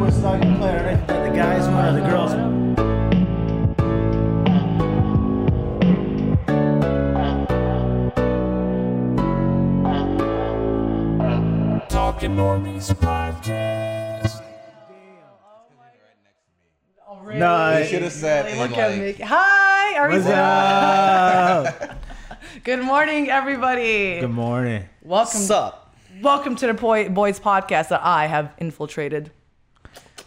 was starting player, and I think the guys one or the girls. Talking Normies podcast. Already. No, You should have said They in, look like, at me. Hi, are we What's still- up? Good morning, everybody. Good morning. welcome, sup. welcome to the Boy, Boys Podcast that I have infiltrated.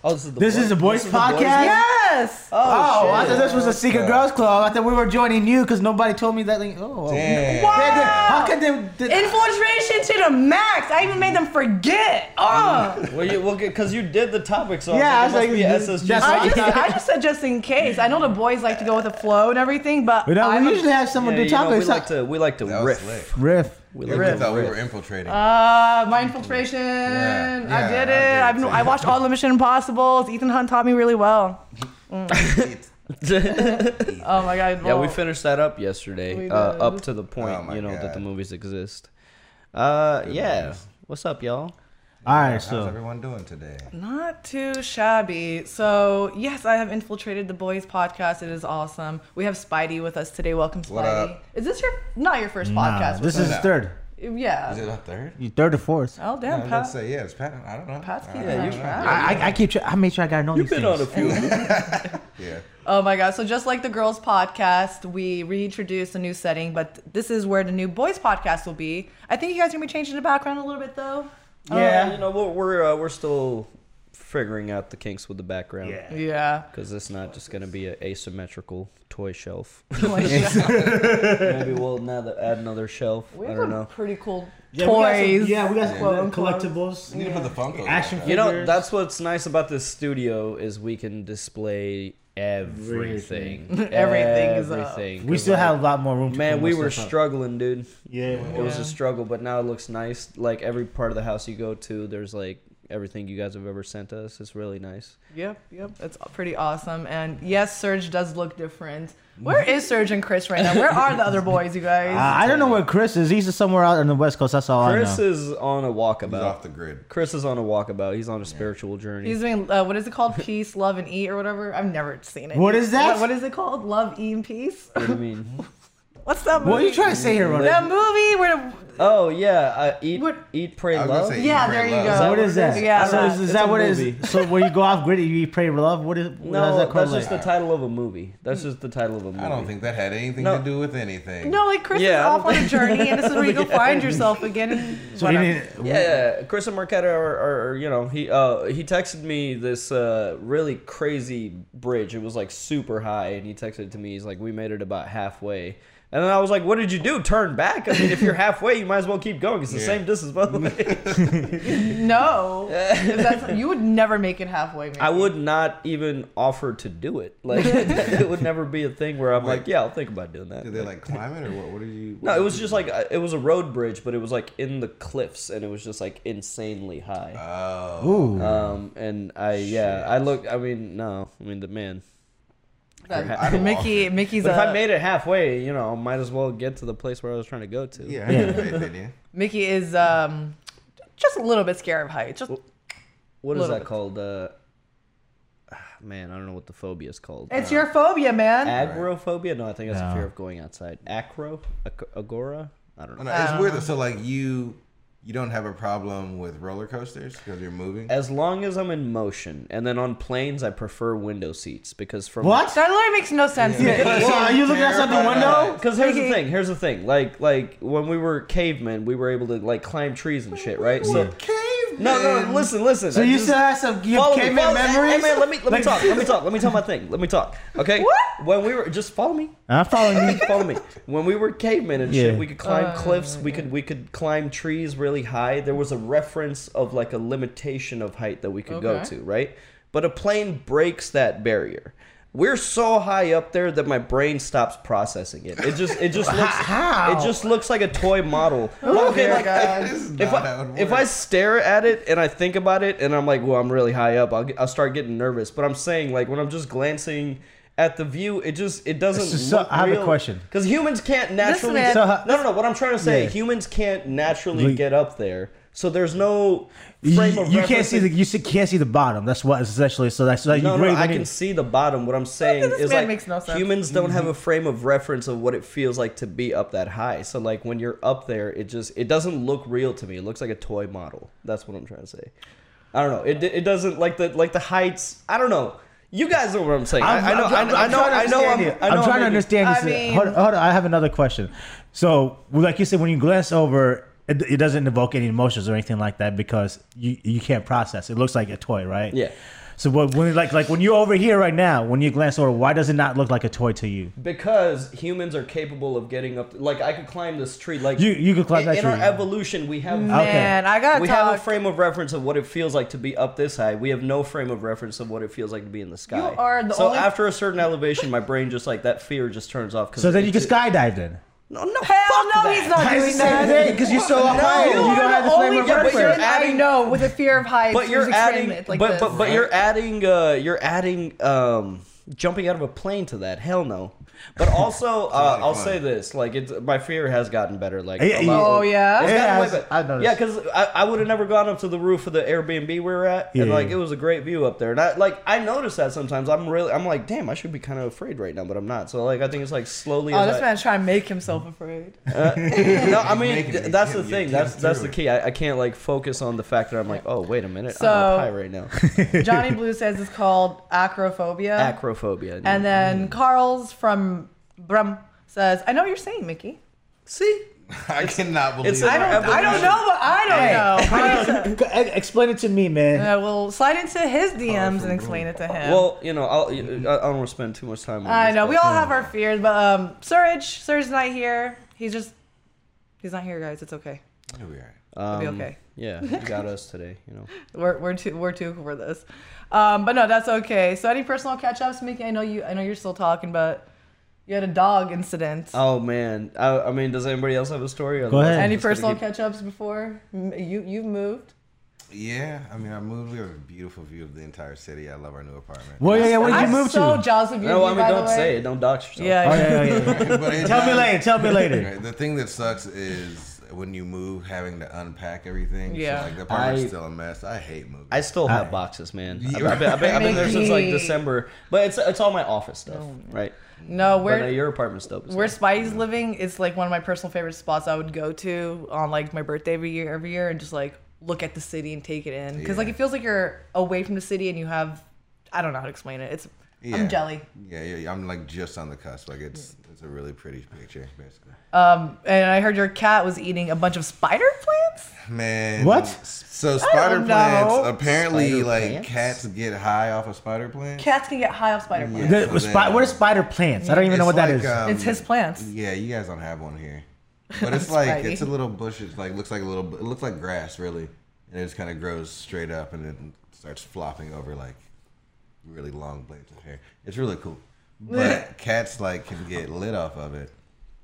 Oh, this is the This boys- is the boys' podcast. Yes. Oh, Oh, I shit. thought this was a secret girls' club. I thought we were joining you because nobody told me that. Like, oh, Damn. Wow. They did- how could they? did- Infiltration to the max. I even made them forget. Oh. Well, you well, because you did the topic, so Yeah, yeah, I I was was like, like, it dude, must be SSG. that's I just, Okay. I just said just in case. I know the boys like to go with the flow and everything, but we don't- I'm we a- usually have someone Yeah, do you know, topics. we like to we like to That was slick. riff. riff. We Yeah, like we to thought we were riff. infiltrating. Uh, my infiltration. I yeah, did I it. did I've, too. I watched all the Mission Impossibles. Ethan Hunt taught me really well. Oh my god. yeah, we well, finished that up yesterday, We uh, did. up to the point Oh my you know that God. the movies exist. Uh, yeah. movies. What's up, y'all? All right, How's so everyone doing today? Not too shabby. So yes, I have infiltrated the boys podcast. It is awesome. We have Spidey with us today. Welcome, Spidey. What up? Is this your not your first nah, podcast? this with is us. third. us? yeah. Is it a third? You third or fourth. oh I damn, was about Pat. to say, yeah, it's Pat. I don't know. Pat's I keeping don't on know. track. I, I, I keep. Try, I make sure I got know these things. few. Yeah. Oh my god. So just like the girls podcast, we reintroduced a new setting, but this is where the new boys podcast will be. I think you guys are gonna be changing the background a little bit though. you know we're we're, uh, we're still figuring out the kinks with the background. Yeah. Yeah. Because it's not just gonna be an asymmetrical toy shelf. we Maybe we'll now add another shelf. I have don't a know. pretty cool Yeah, we got some- toys. yeah, we got some uh, Quote, unquote. collectibles. You need to put the Funko. Action You know, figures. that's what's nice about this studio is we can display everything. Everything is up. everything. We still have a lot more room. To Man, put we more were stuff up. struggling, dude. Yeah. It was Yeah. a struggle, but now it looks nice. Like every part of the house you go to, there's like everything you guys have ever sent us. It's really nice. Yep, yep. That's pretty awesome. And yes, Serge does look different. Where is Serge and Chris right now? Where are the other boys, you guys? Uh, I don't know where Chris is. He's somewhere out on the West Coast. That's all Chris I know. is on a He's off walkabout. the grid. Chris is on a walkabout. He's on a spiritual journey. He's doing, uh, what is it called? Peace, love, and eat, or whatever. I've never seen it. What is that? What, what is it called? Love, eat, and peace? what do you mean? What's that movie? What are you trying to say here, Ronald? That movie where. Oh yeah, uh, eat, What- eat, pray, I was gonna love. say- The, yeah, there you go. that What is that? Yeah, so is, is it's that a what it movie. is? So when you go off grid, you eat, pray, love. What is? No, No, how's that that's correlate? just the title of a movie. That's just the title of a movie. I don't think that had anything No. to do with anything. No, like Chris Yeah. is off on a journey, and this is where you go find yourself again. And So whatever. you need- Yeah, Chris and Marquetta are, are, are you know, he uh he texted me this uh really crazy bridge. It was like super high, and he texted it to me. He's like, "We made it about halfway." And then I was like, "What did you do? Turn back? I mean, if you're halfway, you might as well keep going. It's the Yeah. same distance both ways." no, If that's- you would never make it halfway. Man. I would not even offer to do it. Like, it would never be a thing where I'm like, "Yeah, I'll think about doing that." Did they like climb it or what? What did you? No, it was just like uh, it was a road bridge, but it was like in the cliffs, and it was just like insanely high. Oh. Ooh. Um, and I yeah, I look. I mean, no, I mean the man. That- I'd walk Mickey, it. Mickey's But if a, I made it halfway, you know, might as well get to the place where I was trying to go to. Yeah. I had faith in you. Mickey is um, just a little bit scared of heights. Just What is Little that bit. called? Uh, ah, man, I don't know what the phobia is called. It's Uh, your phobia, man. agoraphobia. No, I think that's No. a fear of going outside. Acro, Ac- agora. I don't Oh, no, know. Um, it's weird. Though. So like you, you don't have a problem with roller coasters because you're moving. As long as I'm in motion, and then on planes, I prefer window seats because from What? That literally makes no sense. Yeah, Mickey. so are you looking outside the window? Because here's Okay. the thing. Here's the thing. Like like when we were cavemen, we were able to like climb trees and shit, right? So Cave. no, no. Listen, listen. So you still have some you have follow me, caveman follow me. Hey, memories? man, let me let me Like- talk. Let me talk. Let me tell my thing. Let me talk. Okay. What? When we were just follow me. I'm following you. Follow me. When we were cavemen and Yeah. shit, we could climb cliffs. We could we could climb trees really high. There was a reference of like a limitation of height that we could go Okay. to, right? But a plane breaks that barrier. We're so high up there that my brain stops processing it. It just it just looks How? it just looks like a toy model. dear okay, like God. uh, This is if not how I, it works. if I stare at it and I think about it and I'm like, well, I'm really high up, I'll, get, I'll start getting nervous. But I'm saying, like, when I'm just glancing at the view, it just it doesn't. It's just so- I have a question. Because humans can't naturally. man- So, uh, no, no, no. What I'm trying to say, Yeah. humans can't naturally We- get up there. So there's no You, frame of you can't see reference. the you see, can't see the bottom. That's what essentially. So that's like No, you no, really I don't can need- see the bottom. What I'm saying this is man like makes no sense. humans don't have a Mm-hmm. frame of reference of what it feels like to be up that high. So like when you're up there, it just it doesn't look real to me. It looks like a toy model. That's what I'm trying to say. I don't know. It, it doesn't like the like the heights. I don't know. You guys know what I'm saying. i I'm- I know. I'm- I'm- I, I I'm know. trying to I know. understand I'm, you. I know. I'm trying to making- understand I this. mean- hold, hold on, I have another question. So, like you said, when you glance over, it, it doesn't evoke any emotions or anything like that because you you can't process. It looks like a toy, right? Yeah. So, what, when like like when you're over here right now, when you glance over, why does it not look like a toy to you? because humans are capable of getting up. Like I could climb this tree. Like You- you could climb in, that in our tree. evolution, we have Man, I gotta we talk. have a frame of reference of what it feels like to be up this high. We have no frame of reference of what it feels like to be in the sky. are the so only- after a certain elevation, my brain just like that fear just turns off. 'cause So then it- you can it- skydive then. No, no, Hell fuck no, that. he's not doing that. because you're so No, high. Oh, you You, are don't the have the flame only of person- reference. I adding- know with a fear of heights. But you're who's adding, extremate like but, this. but but you're adding, uh, you're adding, um, jumping out of a plane to that. Hell no. But also, uh, of I'll fun. say this: like, it's, my fear has gotten better. Like, Yeah, a yeah. lot- oh yeah. It's It's gotten way has. better. I've noticed. Yeah, because I, I would have never gone up to the roof of the Airbnb we were at, and Yeah. like it was a great view up there. And I like I notice that sometimes I'm really I'm like, damn, I should be kind of afraid right now, but I'm not. So like I think it's like slowly. Oh, as this I, man's trying to make himself afraid. no, I mean making th- me that's get- the get thing. That's through that's it. the key. I, I can't like focus on the fact that I'm like, oh wait a minute, So- I'm up high right now. Johnny Blue says it's called acrophobia. Acrophobia. and then Mm. Carl's from Brum says, "I know what you're saying, Mickey. see, I cannot believe it's it. an I don't, I don't know, but I don't know." Explain it to me, man. Uh, we'll slide into his DMs and from explain it to him. well, you know, I'll, I I don't want to spend too much time. on I this, know but- we all have our fears, but um, Surge, Surge's not here. He's just, he's not here, guys. It's okay. Here we are. It'll Um, be okay. Yeah, you got us today. You know. We're, we're too we're too for this, um, but no, that's okay. So any personal catch ups, Mickey? I know you. I know you're still talking, but you had a dog incident. Oh man, I, I mean, does anybody else have a story? Go ahead. Any I'm just gonna personal keep- catch ups before M- you you've moved? Yeah, I mean, I moved. We have a beautiful view of the entire city. I love our new apartment. Well, yeah, yeah. Where did you I'm move so to? jealous of you. No, I mean, by don't the way. say it. Don't dox yourself. Oh, yeah, Yeah. yeah, yeah. But it's Tell me not- later. Tell me later. Right, The thing that sucks is when you move, having to unpack everything. Yeah. So, like the apartment's I- still a mess. I hate moving. I still have I- boxes, man. Yeah. I've, I've been, I've been, I've been there since like Mickey. December, but it's it's all my office stuff, right? No, but uh, where your apartment stuff. Is where nice. Spidey's living is like one of my personal favorite spots I would go to on like my birthday every year, every year, and just like look at the city and take it in because like Yeah. it feels like you're away from the city and you have I don't know how to explain it. It's Yeah. I'm jelly. Yeah, yeah, yeah, I'm like just on the cusp. Like it's it's a really pretty picture, basically. And I heard your cat was eating a bunch of spider plants. Man, What? So spider know. plants. Apparently, Spider like plants? cats get high off of spider plants. Cats can get high off spider plants. Yeah, The- so with then- spi- what are spider plants? I don't even know It's what that like, is. um, It's his plants. Yeah, you guys don't have one here, but it's like Spidey. it's a little bush. It's like looks like a little. It looks like grass, really, and it just kind of grows straight up and then starts flopping over like really long blades of hair. It's really cool, but cats like can get lit off of it,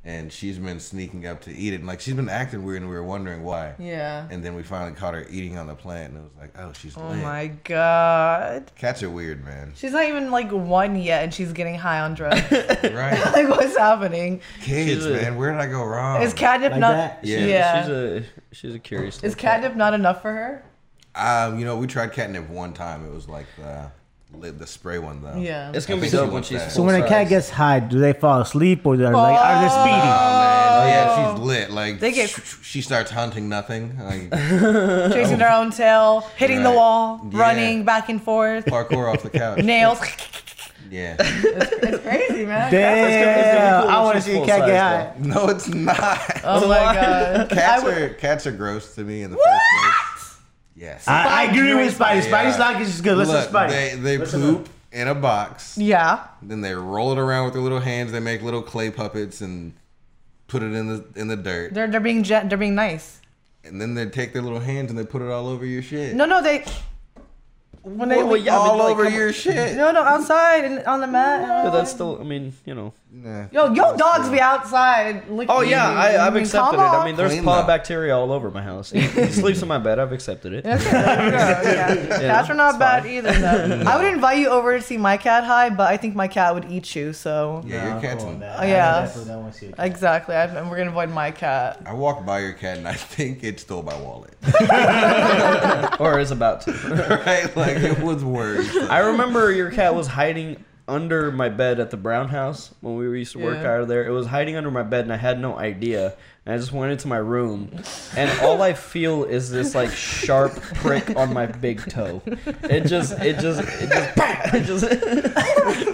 and she's been sneaking up to eat it. And like she's been acting weird, and we were wondering why. Yeah. And then we finally caught her eating on the plant, and it was like, oh, she's Oh lit. my god. Cats are weird, man. She's not even like one yet, and she's getting high on drugs. Right? like what's happening? Kids, She's a- man. Where did I go wrong? Is catnip Like not? that? Um, Yeah. yeah. she's a she's a curious. Is little catnip not enough for her? Um, you know, we tried catnip one time. It was like the lit- the spray one though. Yeah. Cat. It's gonna be I think dope she when wants she's. that. So when a cat gets high, do they fall asleep or they're like are they Oh speedy? man, oh, yeah, she's lit. Like They get- sh- sh- she starts hunting nothing, like Oh. chasing their own tail, hitting the Right. wall, Yeah. running back and forth, parkour off the couch. nails. Yeah. it's crazy, man. gonna be Damn, cool I when want to she's see a full cat size, get high. No, it's not. Oh my god. I cats would- are cats are gross to me in the first place. Yes. Ah, I, I agree with Spidey. Yeah. Spidey's like is good. Listen, Look, to Spidey. they they poop in a box, yeah. then they roll it around with their little hands. They make little clay puppets and put it in the in the dirt, They're they're being gen- they're being nice. and then they take their little hands and they put it all over your shit. No, no, they when they Well, well, yeah, all but, like, over come your shit. no no outside and on the mat. But that's still. I mean, you know. Nah. Yo, yo, dogs be outside. licking Oh yeah, you. I, I've mean, accepted it. Mm-hmm. come on. I mean, there's Clean paw up. bacteria all over my house. He, he sleeps in my bed. I've accepted it. That's it. Yeah, yeah. Cats are not bad either, though. I would invite you over to see my cat high, but I think my cat would eat you. So Yeah, your cat's. in- Oh, yeah. want to see your cat. exactly, I, and we're gonna avoid my cat. I walked by your cat and I think it stole my wallet. Or is about to. right? Like it was worse. I remember your cat was hiding under my bed at the Brown House when we used to work Yeah. out of there. It was hiding under my bed, and I had no idea. And I just went into my room, and all I feel is this like sharp prick on my big toe. It just, it just, it just, it just.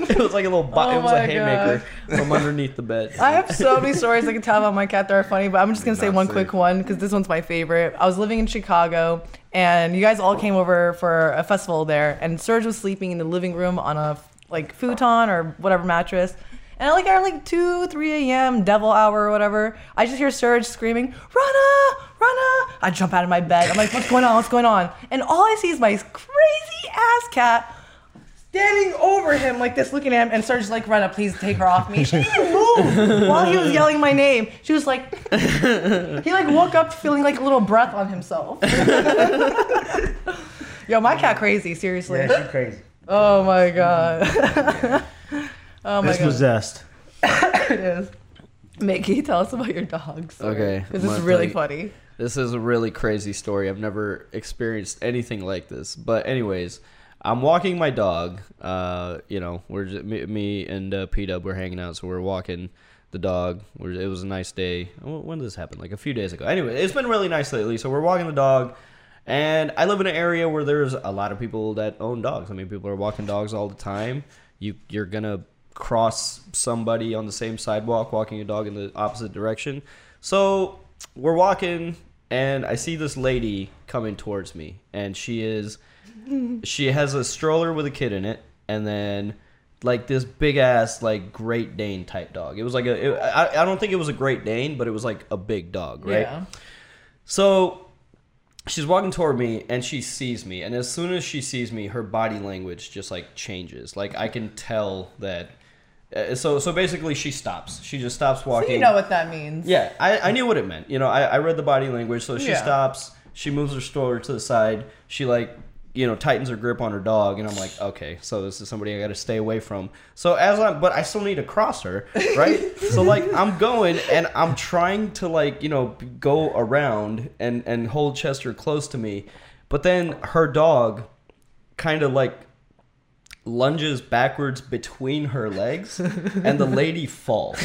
it was like a little. Bo- Oh it was a my haymaker from underneath the bed. I have so many stories I can tell about my cat that are funny, but I'm just gonna say Not one safe. quick one because this one's my favorite. I was living in Chicago, and you guys all came over for a festival there, and Serge was sleeping in the living room on a like futon or whatever mattress. And like at like 2, 3 a.m., devil hour or whatever, I just hear Serge screaming, Rana, Rana. I jump out of my bed. I'm like, what's going on? What's going on? And all I see is my crazy ass cat standing over him like this, looking at him, and Serge's like, "Run up, please take her off me." She didn't move while he was yelling my name. She was like, he like woke up feeling like a little breath on himself. Yo, my cat crazy, seriously. Yeah, she's crazy. Oh my god. oh my This god. possessed. It is. Mickey, tell us about your dogs. Okay, This I'm is gonna really tell funny. This is a really crazy story. I've never experienced anything like this. But anyways, I'm walking my dog. Uh, you know, we're just, me, me and uh, P Dub were hanging out, so we're walking the dog. We're, it was a nice day. Wh- When did this happen? Like a few days ago. Anyway, it's been really nice lately. So we're walking the dog. And I live in an area where there's a lot of people that own dogs. I mean, people are walking dogs all the time. You you're gonna cross somebody on the same sidewalk walking a dog in the opposite direction. So we're walking, and I see this lady coming towards me, and she is she has a stroller with a kid in it, and then like this big ass like Great Dane type dog. It was like a it, I, I don't think it was a Great Dane, but it was like a big dog, right? Yeah. So she's walking toward me and she sees me. And as soon as she sees me, her body language just like changes. Like I can tell that. uh, So so basically, she stops. She just stops So walking. you know what that means. Yeah, I, I knew what it meant. You know, I, I read the body language. So she Yeah. stops. She moves her stroller to the side. She like you know tightens her grip on her dog, and I'm like, okay, so this is somebody I got to stay away from. So as I'm, but I still need to cross her, right? so like I'm going and I'm trying to like you know go around and and hold Chester close to me, but then her dog kind of like lunges backwards between her legs and the lady falls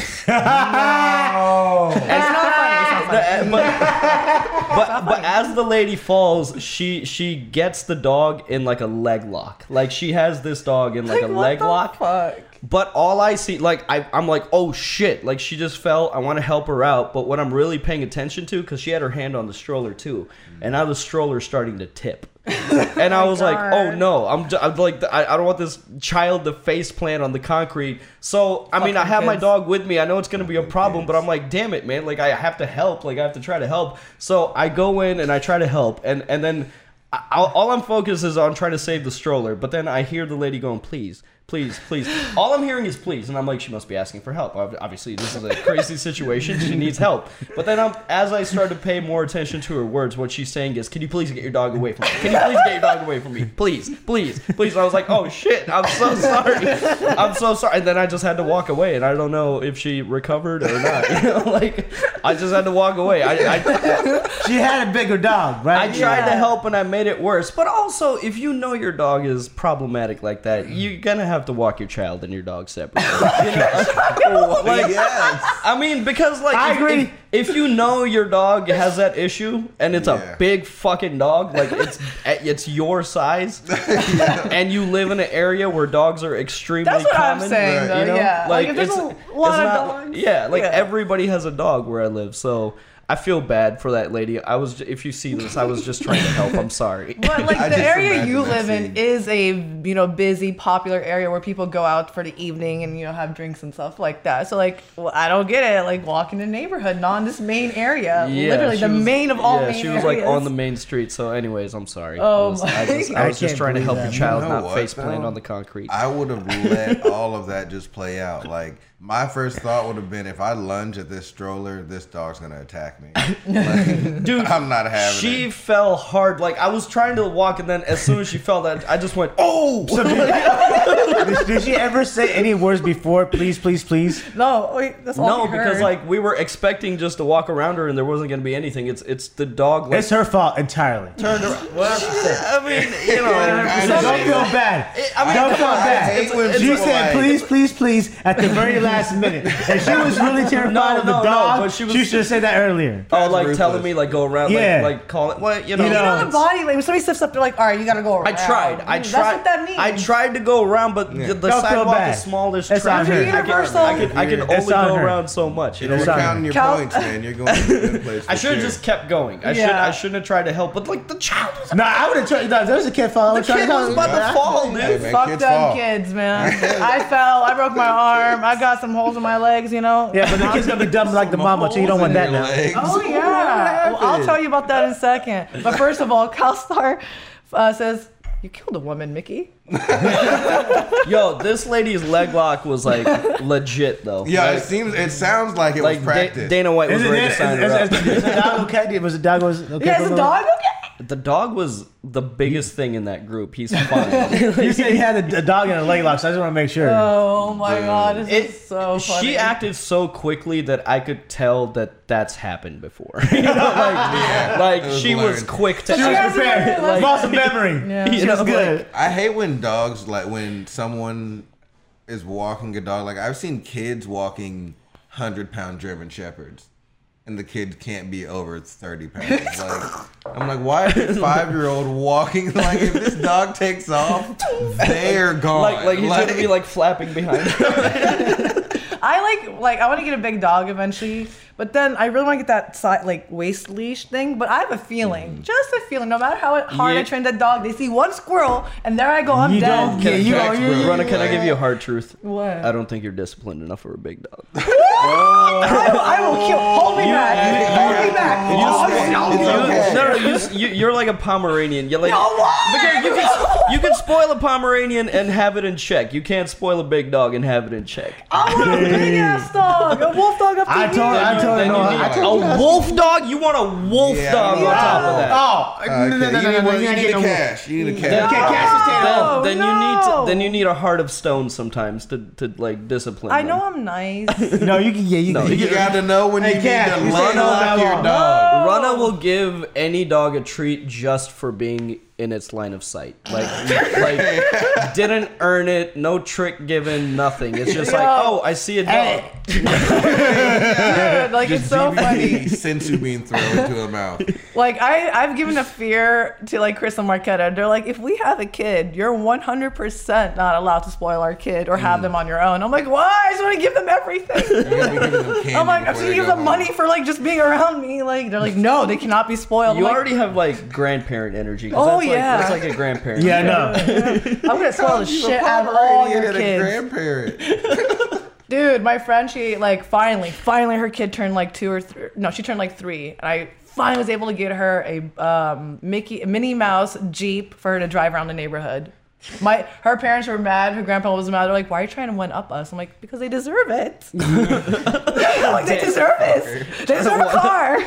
It's not funny. It's not funny. eh, but, but, but as the lady falls, she she gets the dog in like a leg lock. Like she has this dog in like, a what leg the lock. Fuck. But all I see, like I, I'm like, oh shit! Like she just fell. I want to help her out, but what I'm really paying attention to, because she had her hand on the stroller too, and now the stroller's starting to tip. and I was like, oh God. no! I'm, j- I'm like, I, I don't want this child to face plant on the concrete. So I mean, I Fucking have my kids. dog with me. I know it's gonna be a problem, but I'm like, damn it, man! Like I have to help. Like I have to try to help. So I go in and I try to help, and and then. I, I'll- all I'm focused is on trying to save the stroller, but then I hear the lady going, "Please, please, please." All I'm hearing is "please," and I'm like, "She must be asking for help." Ob- Obviously, this is a crazy situation. She needs help. But then, I'm, as I start to pay more attention to her words, what she's saying is, "Can you please get your dog away from me? Can you please get your dog away from me? Please, please, please." And I was like, "Oh shit! I'm so sorry. I'm so sorry." And then I just had to walk away, and I don't know if she recovered or not. You know, like I just had to walk away. I, I She had a bigger dog, right? I tried to Yeah. help and I made it worse. But also, if you know your dog is problematic like that, you're gonna have to walk your child and your dog separately. You know? Like, yes. I mean, because like, I if- agree. If, if you know your dog has that issue and it's Yeah. a big fucking dog, like it's it's your size, and you live in an area where dogs are extremely That's what common, I'm saying, Right. though. you know? yeah. Like, if there's it's- a it's lot of not- dogs. Yeah, like Yeah. everybody has a dog where I live, so I feel bad for that lady. I was, if you see this, I was just trying to help. I'm sorry. But like I the just area imagine you that live in scene. is a you know busy, popular area where people go out for the evening and you know have drinks and stuff like that. So like, well, I don't get it. Like walking in the neighborhood, not in this main area, literally she the was- main of all Yeah, main she was like areas. on the main street. So, anyways, I'm sorry. Oh I was, I my just, God. I was I just can't trying to believe help that. your child You know not what, face plant though? on the concrete. I would have let all of that just play out. Like my first thought would have been, if I lunge at this stroller, this dog's gonna attack me. Like, Dude, I'm not having she it. fell hard. Like I was trying to walk, and then as soon as she fell, that I just went, "Oh!" did, did she ever say any words before? Please, please, please. no, wait, that's all no, we heard. because like we were expecting just to walk around her, and there wasn't going to be anything. It's it's the dog. Like, It's her fault entirely. turned around. I mean, you know, So don't feel bad. I mean, don't come feel on, bad. it's- it's- you it's said like- please, please, please at the very last minute, and she was really terrified No, of the no, no, dog. but she was- she should have said that earlier. oh, like ruthless. telling me like go around, Yeah. like like calling, what you know. You you know know, the body like when somebody steps up, they're like, all right, you gotta go. Around. I tried. I Mm, tried. That's what that means. I tried to go around, but the, the Don't feel sidewalk bad. is small. There's It's on traffic. her. I can, Universal. I can, I can It's only on go her. around so much. You know You're Sorry. counting your Cal- points, man. You're going to a good place. I for should have sure. just kept going. I should Yeah. I shouldn't have tried to help, but like the child was No, I would have tried. No, there was a kid the following. kid was about to fall, dude. Hey, man, Fuck kids them fall. kids, man. I fell. I broke my arm. I got some holes in my legs. You know. Yeah, but the kid's gonna be dumb like the mama, so you don't want that Your now. legs. Oh yeah. Well, I'll tell you about that in a second. But first of all, Calstar uh, says you killed a woman, Mickey. Yo, this lady's leg lock was like legit though. Yeah, like, it seems. It sounds like it like was Da- practice. Dana White was Is it ready to sign her up. is- is- is the dog okay? Was the dog was okay? Yeah, for is the- a dog okay? The dog was the biggest thing in that group. He's fine. You said he had a, a dog and a leg lock, so I just want to make sure. Uh, Oh my god, this It- is so funny. She acted so quickly that I could tell that that's happened before. you know, like, like it was she was learned. quick to. she was Yeah. prepared. Like- Muscle memory. Yeah. She You was know, good. I hate when dogs like when someone is walking a dog. Like I've seen kids walking hundred pound German shepherds, and the kid can't be over thirty pounds. Like I'm like, why is a five year old walking? Like if this dog takes off, they're gone. like, like he's gonna be like flapping behind. her. I like like I want to get a big dog eventually, but then I really want to get that side like waist leash thing. But I have a feeling, just a feeling. No matter how hard I Yeah. train that dog, they see one squirrel and there I go. I'm You dead. don't Can get I- you can I- don't- you- Ronna, can I give you a hard truth? What? I don't think you're disciplined enough for a big dog. I, will, I will kill. Hold me back. Hold me back. you I'll said- kill it's you. okay. No, no, you, s- you, you're like a Pomeranian. You're like because you can you can spoil a Pomeranian and have it in check. You can't spoil a big dog and have it in check. I want a big ass dog, a wolf dog up to I you. told- I told- Then no, you I- need I told a wolf dog. You want a wolf Yeah, dog yeah. Oh, on top of that. Oh, Okay, no, no, no, you no, need, no, one- you you ain't need getting a a wolf. cash. You need a Okay, cash. cash is taken off. Oh, then, then you need no. to, then you need a heart of stone sometimes to, to like discipline. I them. know I'm nice. No, you can. Yeah, you No, can. you You gotta know when you Hey, need Cash, to you say unlock no that your long. dog. Rana will give any dog a treat just for being in its line of sight. Like, like didn't earn it, no trick given, nothing. It's just like, Yo. oh, I see a dog. Hey. Dude, like it's so funny. DBT Sensu being thrown into her mouth. Like I, I've given a fear to like Chris and Marquetta. They're like, if we have a kid, you're 100 percent not allowed to spoil our kid or Mm. have them on your own. I'm like, why? I just want to give them everything. You gotta be giving them candy I'm like, before I'm just they gonna give go them home. money for like just being around me. Like they're like, no, they cannot be spoiled. I'm You like, already have like grandparent energy. 'cause Oh, that's like, yeah. that's like a grandparent. Yeah, no. I'm gonna spoil the She's a shit out of all Pomeranian your and a kids. grandparent. Dude, my friend, she like finally, finally, her kid turned like two or three. No, she turned like three, and I finally was able to get her a um, Mickey Minnie Mouse Jeep for her to drive around the neighborhood. My her parents were mad. Her grandpa was mad. They're like, "Why are you trying to one up us?" I'm like, "Because they deserve it. I'm like, they deserve it. They deserve a car."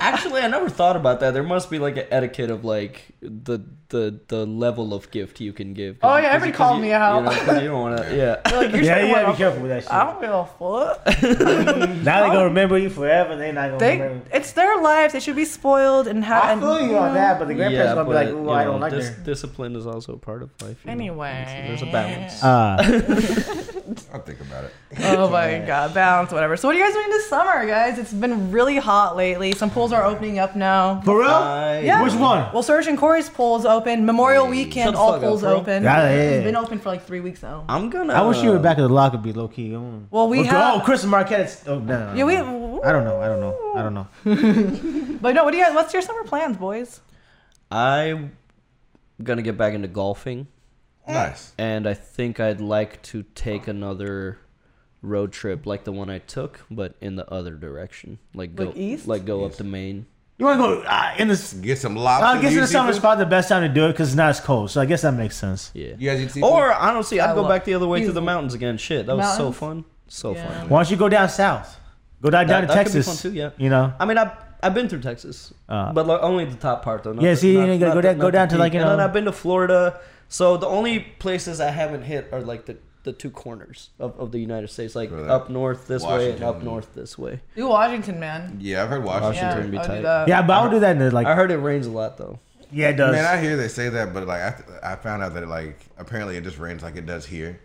Actually, I never thought about that. There must be like an etiquette of like the the the level of gift you can give. 'Cause- Oh, yeah, 'cause- everybody 'cause called you- me out. You, know, 'cause you don't want to. Yeah. They're like, You're Yeah, trying you to one gotta be up. careful with that shit. I don't give a fuck. Now they gonna remember you forever. They not gonna They, remember. it's their lives. They should be spoiled and have. I feel and- you on that, but the grandparents yeah, gonna be but, like, "Ooh, you I know, don't like dis- her." Discipline is also part of life. you know. Anyway. there's a balance. Uh, I'll think about it. Oh my god, balance, whatever. So what are you guys doing this summer, guys? It's been really hot lately. Some pools are opening up now. for real? Yeah. Which one? Well, Serge and Corey's pool's open. Memorial Shut Weekend, the all fuck up, pools bro. open. Yeah, yeah, yeah. It's been open for like three weeks now. I'm gonna. I wish you were back at the locker, be low key. Well, we oh, have- oh, Chris and Marquette. Oh no, no, no. Yeah, we. I don't know. I don't know. I don't know. But no, what do you guys? What's your summer plans, boys? I'm gonna get back into golfing, Nice. and I think I'd like to take another road trip like the one I took, but in the other direction, like go Like east? like go up to Maine. You want to go uh, in this? Get some lobster. I guess in you the summer seafood? is probably the best time to do it because it's not as cold. So I guess that makes sense. Yeah. You guys eat seafood? Or honestly, I'd I go love- back the other way to you- the mountains again. Shit, that was so Mountains? fun, so Yeah. fun. Why don't you go down south? Go down, down That- to that could be Texas. fun too, yeah. You know, I mean, I've I've been through Texas, Uh. but like only the top part though. not Yeah, the- see, you not- ain't gotta not go the- down- go not the down to, like, peak. you And then know- I've been to Florida, so the only places I haven't hit are like the the two corners of, of the United States, like Right. up north this way and Washington. up north this way. Do Washington, man. yeah, I've heard Washington. Yeah, Washington would be I'll tight. do that. yeah, but I would do that in the, like. I heard it rains a lot though. yeah, it does. Man, I hear they say that, but like I, I found out that like apparently it just rains like it does here.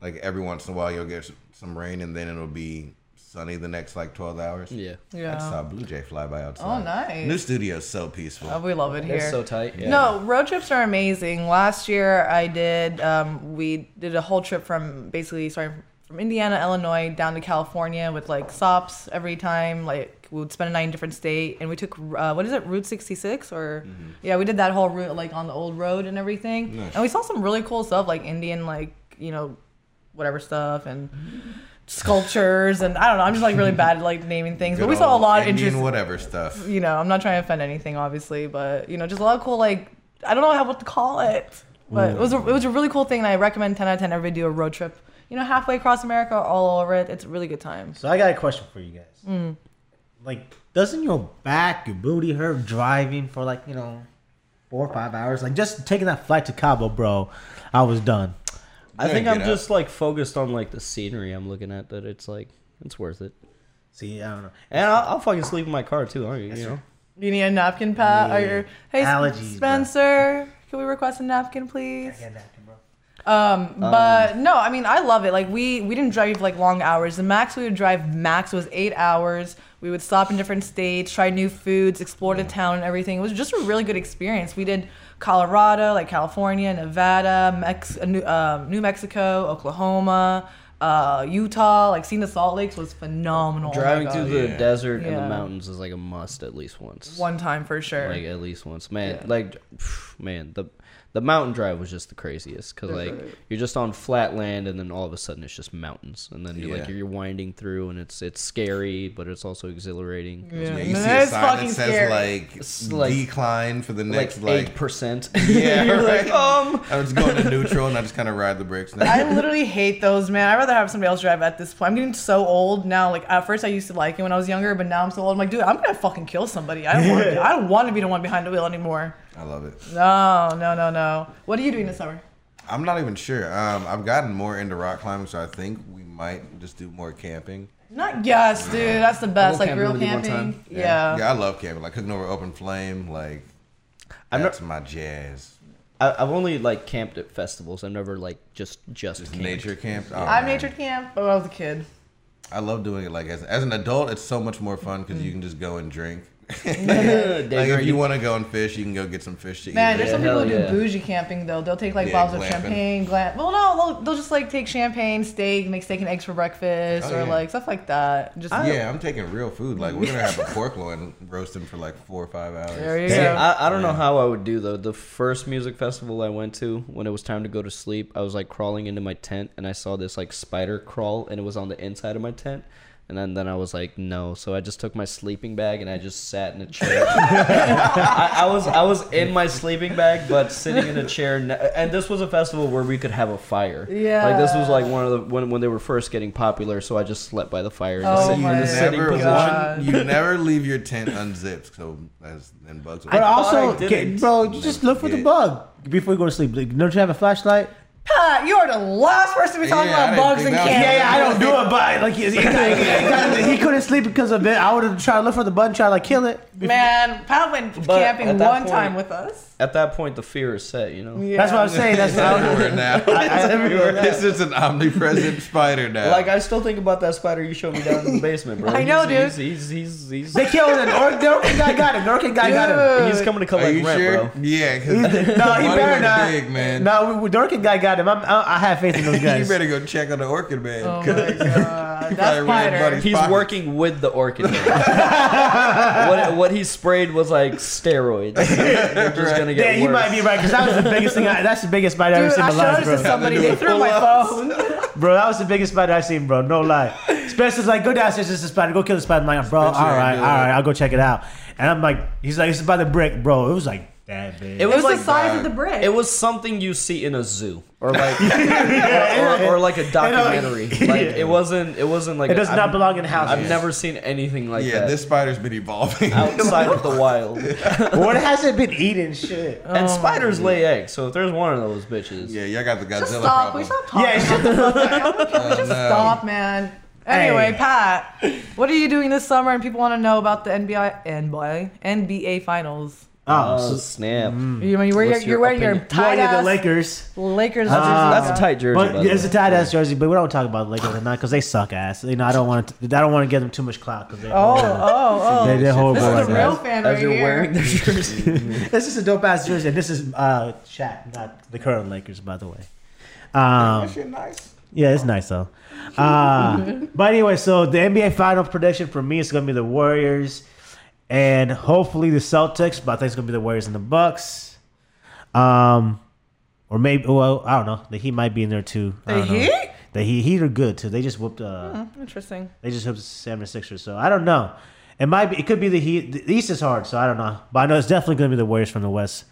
Like every once in a while you'll get s- some rain and then it'll be sunny the next like twelve hours. I Yeah, just Yeah. saw a blue jay fly by outside. Oh, nice. New studio's so peaceful. Oh, we love it here. it's so tight. Yeah. No, road trips are amazing. Last year I did, um, we did a whole trip from basically starting from Indiana, Illinois, down to California with like stops every time. Like we would spend a night in a different state, and we took uh, what is it, Route 66 or yeah, we did that whole route like on the old road and everything, Mm-hmm. Nice. and we saw some really cool stuff like Indian like you know whatever stuff and. Sculptures and I don't know. I'm just like really bad at like naming things, but Good we saw a old lot of Indian interesting whatever stuff. you know, I'm not trying to offend anything, obviously, but you know, just a lot of cool like I don't know how what to call it, but it was a, it was a really cool thing, and I recommend 10 out of 10 everybody do a road trip. You know, halfway across America, all over it. It's a really good time. So I got a question for you guys. Like, doesn't your back, your booty hurt driving for like you know four or five hours? Like just taking that flight to Cabo, bro. I was done. I Yeah, think I'm get out. just like focused on like the scenery I'm looking at. That it's like it's worth it, See, I don't know. and I'll, I'll fucking sleep in my car too. Aren't you? you know? You need a napkin, Pat? Or Yeah. your, hey, S- Allergies, bro. Spencer, can we request a napkin, please? Yeah, napkin, bro. Um, but no, I mean, I love it. Like we we didn't drive like long hours. The max we would drive max was eight hours. We would stop in different states, try new foods, explore the Mm. town and everything. It was just a really good experience. We did Colorado, like California, Nevada, Mex- uh, New, um, New Mexico, Oklahoma, uh, Utah. Like seeing the Salt Lakes was phenomenal. Oh my Driving God. through the Yeah. desert and Yeah. the mountains is like a must at least once. one time for sure. like at least once man like phew, man the the mountain drive was just the craziest because like you're just on flat land and then all of a sudden it's just mountains and then you're like Yeah. you're winding through and it's it's scary but it's also exhilarating Yeah, Yeah. you see a That's sign fucking that scary. says It's like like- decline for the next like like, eight percent yeah, you're right. like um I was going to neutral and I just kind of ride the brakes. Now. I literally hate those, man. I'd rather have somebody else drive at this point. I'm getting so old now. Like at first, I used to like it when I was younger, but now I'm so old. I'm like, dude, I'm gonna fucking kill somebody. I don't want. To, I don't want to be the one behind the wheel anymore. I love it. No, no, no, no. What are you doing this summer? I'm not even sure. Um, I've gotten more into rock climbing, so I think we might just do more camping. Not yes, dude. That's the best. Like camping real with you one camping. time. Yeah. Yeah, I love camping. Like cooking over open flame, like I've, that's never, my jazz. I- I've only like camped at festivals i've never like just just, Just camped. nature camp. Oh, I've man. natured camp, but when I was a kid. I love doing it. Like as, as an adult, it's so much more fun because you can just go and drink. Dude, Like if you- you want to go and fish, you can go get some fish to Man, eat. there's Yeah, some people hell who do yeah. bougie camping though. They'll take like Yeah, bottles of glamping. champagne, glam. Well, no, they'll, they'll just like take champagne, steak, make steak and eggs for breakfast, Oh, or yeah. like stuff like that. Just Yeah, I'm taking real food. Like we're gonna have a pork loin roasting for like four or five hours. There you Damn, go. I, I don't know how I would do though. The first music festival I went to, when it was time to go to sleep, I was like crawling into my tent and I saw this like spider crawl and it was on the inside of my tent. And then, then I was like, no. So I just took my sleeping bag and I just sat in a chair. I, I was I was in my sleeping bag, but sitting in a chair. ne- And this was a festival where we could have a fire. Like this was Yeah. like one of the when, when they were first getting popular. So I just slept by the fire. in the Oh sit- in my the sitting Never God. position. one, you never leave your tent unzipped, so as and bugs. Will But I thought also, I get- didn't. bro, you just look for the Yeah. bug before you go to sleep. Like, don't you have a flashlight? Pat, you are the last person to be talking Yeah, I about didn't bugs think and that was- candy. Yeah, yeah, I don't do it, but like he, he, he couldn't sleep because of it. I would have tried to look for the bug, and try to like kill it. Man, Pat went But camping at one that time point- with us. At that point, the fear is set. You know. That's what I'm saying. That's what I everywhere now. It's just an omnipresent spider now. Like I still think about that spider you showed me down in the basement, bro. I know, He's- dude. He's he's he's, They he's, killed an orc. The orc guy got him. The orc guy got him. he's coming to are collect you rent, sure? bro. Yeah, 'cause He's the- no, he money better went not. big, man. No, we, we, the orchid guy got him. I'm, I, I have faith in those you guys. better go check on the orchid man. Oh 'cause my god. god, probably that read everybody's- spider. He's Fuck. working with the orchid. what, what he sprayed was like steroids. They're just gonna get Yeah, you worse. might be right because that was the biggest thing. I, that's the biggest bite I've ever Dude, seen in I my life, showed bro. this to somebody. Had to do They a threw my phone. Bro, that was the biggest spider I've seen, bro. No lie. Spencer's like, go downstairs, it's a spider. Go kill the spider. I'm like, bro, all Spencer ain't right, all doing right, it. I'll go check it out. And I'm like, he's like, it's by the brick, bro. It was like that big. It It was was like the size that. of the brick. It was something you see in a zoo or like or, or- or like a documentary. Like it wasn't. It wasn't like It does I've- not belong in houses. I've never seen anything like Yeah, that this spider's been evolving. outside of the wild. What hasn't been eating shit? Uh, Oh, and spiders lay eggs, so if there's one of those bitches, yeah, y'all got the Godzilla Just stop. problem. We stop talking. Yeah, shut the Oh, Just no. stop, man. Anyway, Hey. Pat, what are you doing this summer? And people want to know about the NBA, NBA, NBA finals. Oh, oh so, snap! You, you're, What's wearing, your you're wearing your opinion? well, tight yeah, ass the Lakers. Lakers. That's a jersey. tight jersey. by But the yeah, it's a way. tight ass jersey, but we don't talk about the Lakers at night because they suck ass. You know, I don't want to. I don't want to give them too much clout because they. Oh, oh, oh. They, they're horrible. This is a like that. real fan As right you're here. wearing their jersey. This is a dope ass jersey. and This is uh, Shaq, not the current Lakers, by the way. Um, That shit nice. yeah, it's nice though. Uh, but anyway, so the NBA final prediction for me is going to be the Warriors, and hopefully the Celtics. But I think it's going to be the Warriors and the Bucks. Um, or maybe well, I don't know. The Heat might be in there too. I The don't know. Heat? The Heat, Heat are good too. They just whooped. Uh, Interesting. They just hooked Sam and Sixers. So I don't know. It might be. It could be the Heat. The East is hard, so I don't know. But I know it's definitely going to be the Warriors from the West.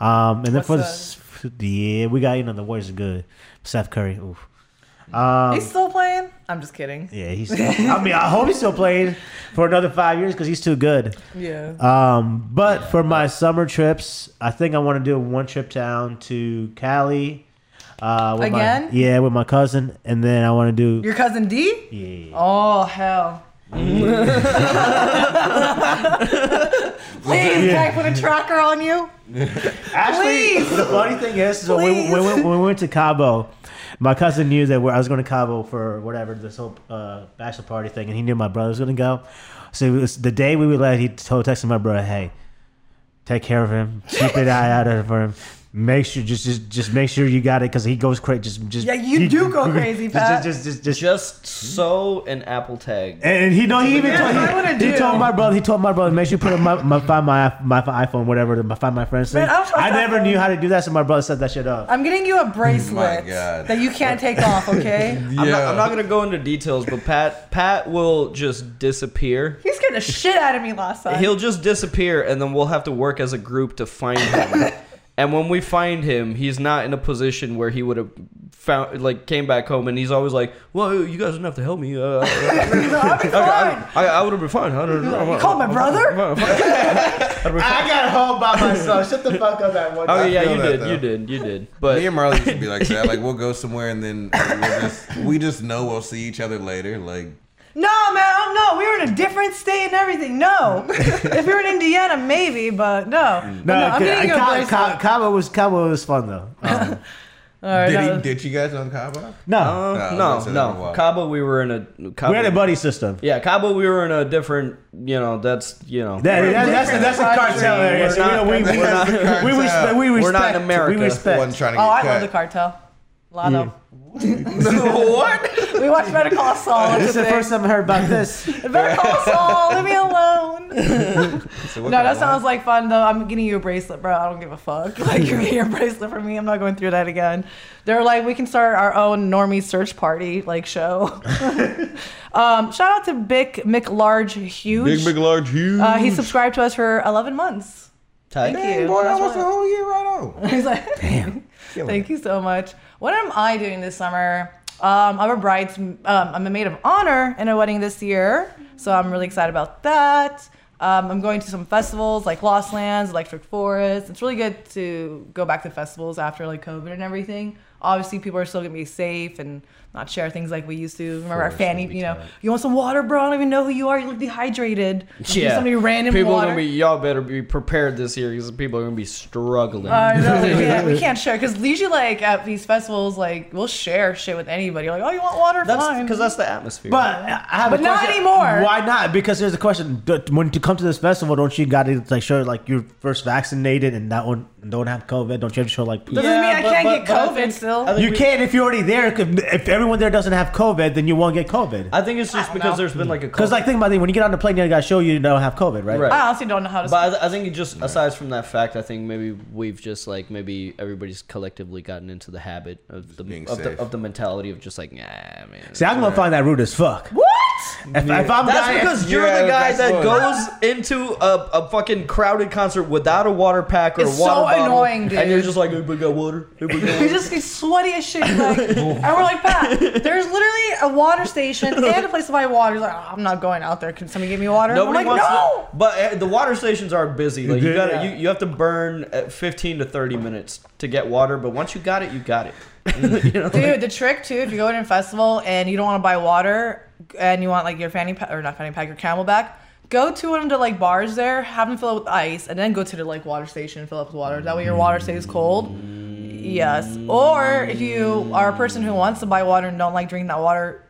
Um, and then What's for the s- yeah, we got you know the Warriors are good. Seth Curry. Oof. He's still playing? I'm just kidding. Yeah, he's. I mean, I hope he's still playing for another five years because he's too good. Yeah. Um, but for my summer trips, I think I want to do one trip down to Cali. Uh, with my- Again? yeah, with my cousin, and then I want to do. Your cousin D? yeah. Oh, hell. Please, can I put a tracker on you? Actually, Please. the funny thing is, so when, Please. when, when, when we went to Cabo, my cousin knew that we I was going to Cabo for whatever this whole uh, bachelor party thing, and he knew my brother was going to go. So it was the day we would let, he told texted my brother, "Hey, take care of him, keep an eye out of- for him." Make sure just just just make sure you got it because he goes crazy. Just just Yeah, you he- do go crazy, Pat. Just just just, just. Just so an apple tag. and he know he even Yeah, I told wouldn't he, he do. told my brother he told my brother make sure you put in my, my find my my iPhone whatever my find my friends thing. Man, I'm so I never sorry. knew how to do that, so my brother set that shit up. I'm getting you a bracelet God. that you can't take off, okay? Yeah. I'm, not, I'm not gonna go into details, but Pat Pat will just disappear. He scared the shit out of me last time. He'll just disappear, and then we'll have to work as a group to find him. and when we find him, he's not in a position where he would have found like came back home, and he's always like, "Well, you guys didn't have to help me. Uh, I, He's like, I'll be fine. I, I would have been fine. I don't know. You called my brother? I got home by myself. Shut the fuck up at one Oh I yeah, feel you that, did, though. you did, you did. Me But and Marley should be like that. Like we'll go somewhere and then we'll just, we just know we'll see each other later. Like No, man, oh no, we were in a different state and everything. No. if you're in Indiana, maybe, but no. But No, no, I'm okay, getting you a Ca- bracelet. Ca- Cabo was Cabo was fun though. Um, All right, uh, did no. he ditch you guys on Cabo? no, uh, No, no, that's a different no, walk. Cabo, we were in a Cabo, we had a buddy system. Yeah, Cabo, we were in a different. You know, that's you know. That, that, that's, that's a cartel area. We're So, you know, we, not- we, we're not- respect- we, respect, we respect. We're not in America. We One respect. trying to Oh, get I cut. love the cartel. Mm. Lotto. what? We watched Better Call Saul. This is the today. first time I heard about this. Better Call Saul. Leave me alone. So what No, kind that of sounds wine? like fun though. I'm getting you a bracelet, bro. I don't give a fuck. Like you're getting a bracelet for me. I'm not going through that again. They're like, we can start our own normie search party like show. um, shout out to Bic McLarge Huge. big, big, large, huge. Uh, he subscribed to us for 11 months. Thank Dang, you. boy, That's that was why- the whole year right on. He's like, Thank you so much. What am I doing this summer? Um, I'm a bride's. Um, I'm a maid of honor in a wedding this year, so I'm really excited about that. Um, I'm going to some festivals like Lost Lands, Electric Forest. It's really good to go back to festivals after like COVID and everything. Obviously, people are still gonna be safe and not share things like we used to. Remember our fanny, you know, you want some water, bro? I don't even know who you are. You look dehydrated. Just give Somebody random people water. are gonna be y'all better be prepared this year because people are gonna be struggling. I know we can't, we can't share because usually like at these festivals like we'll share shit with anybody. Like, oh, you want water? that's Fine. because that's the atmosphere. But I have But a not question. anymore. Why not? Because there's a question. D- When you come to this festival, don't you got to like show like you're first vaccinated and that one don't have COVID. Don't you have to show like Doesn't mean I can't get COVID still. I think you we- can if you're already there. 'cause If everyone there doesn't have COVID, then you won't get COVID. I think it's just because there's been Mm. like a Because like think about it, when you get on the plane, you gotta show you don't have COVID, right? Right. I honestly don't know how to. But I, th- I think it just aside from that fact, I think maybe we've just like maybe everybody's collectively gotten into the habit of the being of, the safe. of the mentality of just like nah man. See, I'm gonna find that rude as fuck. what? If, if I'm That's dying- because you're Yeah, the guy that's that what- goes into a, a fucking crowded concert without a water pack or It's a water so bottle, annoying, dude. and you're just like, "Anybody got water? Anybody got We water?" just get sweaty as shit, like, and we're like, Pat, there's literally a water station and a place to buy water. He's like, "Oh, I'm not going out there. Can somebody get me water? Nobody I'm like, wants no. to, but uh, the water stations are busy. Like you Yeah. got to you, you have to burn uh, 15 to 30 minutes to get water, but once you got it, you got it. Dude, the trick too, if you go to a festival and you don't want to buy water and you want like your fanny pack or not fanny pack, your camelback, go to one of the like bars there, have them fill it with ice, and then go to the like water station and fill up with water. That way your water stays cold. Yes. Or if you are a person who wants to buy water and don't like drinking that water,